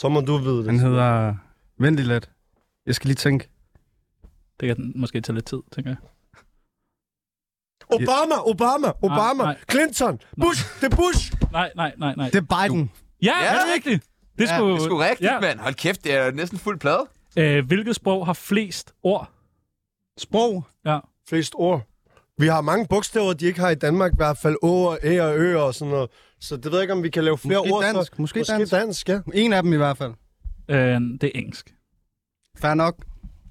Speaker 4: så må du vide det.
Speaker 1: Han hedder... Vent lige lidt. Jeg skal lige tænke.
Speaker 5: Det kan måske tage lidt tid, tænker jeg.
Speaker 4: Obama, Obama, Obama,
Speaker 5: Nej, nej.
Speaker 4: Clinton, Bush, det er Bush.
Speaker 5: Nej, nej, nej, nej.
Speaker 1: Det er Biden.
Speaker 5: Ja,
Speaker 2: Ja,
Speaker 5: ja det er rigtigt. Det
Speaker 1: Ja,
Speaker 2: Det er sgu rigtigt, mand. Hold kæft, det er jo næsten fuld plade.
Speaker 5: Øh, hvilket sprog har flest ord?
Speaker 1: Sprog.
Speaker 5: Ja.
Speaker 4: Flest ord. Vi har mange bogstaver, de ikke har i Danmark, i hvert fald Å og Æ og Ø og sådan noget. Så det ved jeg ikke, om vi kan lave flere
Speaker 1: Måske
Speaker 4: ord.
Speaker 1: dansk,
Speaker 4: Så.
Speaker 1: måske
Speaker 4: dansk.
Speaker 1: dansk.
Speaker 4: dansk, ja.
Speaker 1: En af dem i hvert fald.
Speaker 5: Øh, det er engelsk.
Speaker 1: Fair nok.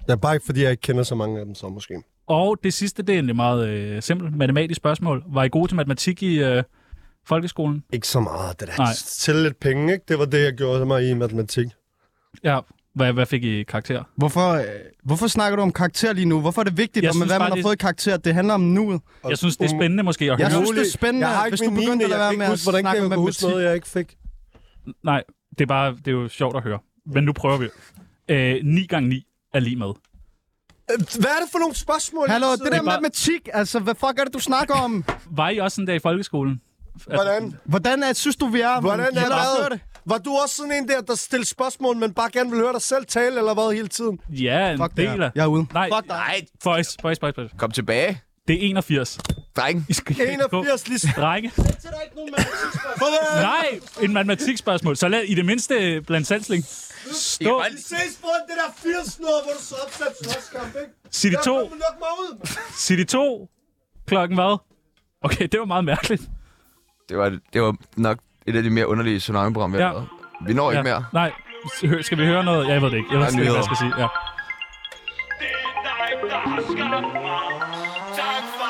Speaker 4: Det er bare ikke, fordi jeg ikke kender så mange af dem så måske.
Speaker 5: Og det sidste, det er egentlig meget øh, simpelt matematisk spørgsmål. Var I gode til matematik i øh, folkeskolen?
Speaker 4: Ikke så meget, det der.
Speaker 5: Nej.
Speaker 4: Til lidt penge, ikke? Det var det, jeg gjorde mig i matematik.
Speaker 5: Ja. Hvad, hvad fik I karakter?
Speaker 1: Hvorfor, øh, hvorfor snakker du om karakter lige nu? Hvorfor er det vigtigt,
Speaker 5: Jeg
Speaker 1: om, hvad
Speaker 5: synes
Speaker 1: man har
Speaker 5: faktisk-
Speaker 1: fået i karakter? Det handler om nuet.
Speaker 5: Jeg synes, det er spændende måske at høre.
Speaker 1: Jeg synes, det er
Speaker 4: Muligt.
Speaker 1: spændende,
Speaker 4: Jeg har ikke
Speaker 1: hvis
Speaker 4: min
Speaker 1: du begynder
Speaker 4: niende,
Speaker 1: at
Speaker 4: jeg kan
Speaker 1: lade være
Speaker 4: ikke
Speaker 1: med at
Speaker 4: huske, hvordan
Speaker 1: snakke
Speaker 4: kan
Speaker 1: om
Speaker 4: jeg huske
Speaker 1: matematik.
Speaker 4: noget, jeg ikke fik.
Speaker 5: Nej, det er, bare, det er jo sjovt at høre. Men nu prøver vi. Øh, 9 gange 9 er lige med.
Speaker 4: Øh, Hvad er det for nogle spørgsmål?
Speaker 1: Hallo,
Speaker 4: jeg
Speaker 1: det
Speaker 4: sidder-
Speaker 1: der matematik, altså, hvad fuck er det, du snakker om?
Speaker 5: Var I også sådan der i folkeskolen? Altså,
Speaker 4: Hvordan?
Speaker 1: Hvordan er, synes du, vi er?
Speaker 4: Hvordan
Speaker 1: Jeg
Speaker 4: er
Speaker 1: vil også høre
Speaker 4: det? Var du også sådan en der, der stiller spørgsmål, men bare gerne vil høre dig selv tale, eller hvad, hele tiden?
Speaker 5: Ja, en
Speaker 1: Fuck det
Speaker 5: del
Speaker 1: her.
Speaker 5: af...
Speaker 1: Jeg er ude.
Speaker 5: Nej,
Speaker 1: Fuck dig.
Speaker 2: Nej,
Speaker 5: boys, boys, boys, boys.
Speaker 2: kom tilbage,
Speaker 5: Det er 81.
Speaker 2: dreng.
Speaker 5: I skal ikke gå.
Speaker 4: 81 lige...
Speaker 5: Drenge. Nej, en matematikspørgsmål. Så lad i det mindste blandt sansling. Stå.
Speaker 2: Jamen,
Speaker 4: Ses på det der 80 noget, hvor du så opsat slåskamp, ikke?
Speaker 5: City 2.
Speaker 4: Jeg lukke mig ud.
Speaker 5: City 2. Klokken hvad? Okay, det var meget mærkeligt.
Speaker 2: Det var, det var nok et af de mere underlige tsunami-program, vi har
Speaker 5: Ja.
Speaker 2: lavet. Vi når ikke mere.
Speaker 5: Nej, Hø- skal vi høre noget? Ja, jeg ved det ikke. Jeg ved
Speaker 2: Der er
Speaker 5: slet ikke, hvad jeg
Speaker 2: nyheder.
Speaker 5: skal sige. Ja.
Speaker 7: Tak for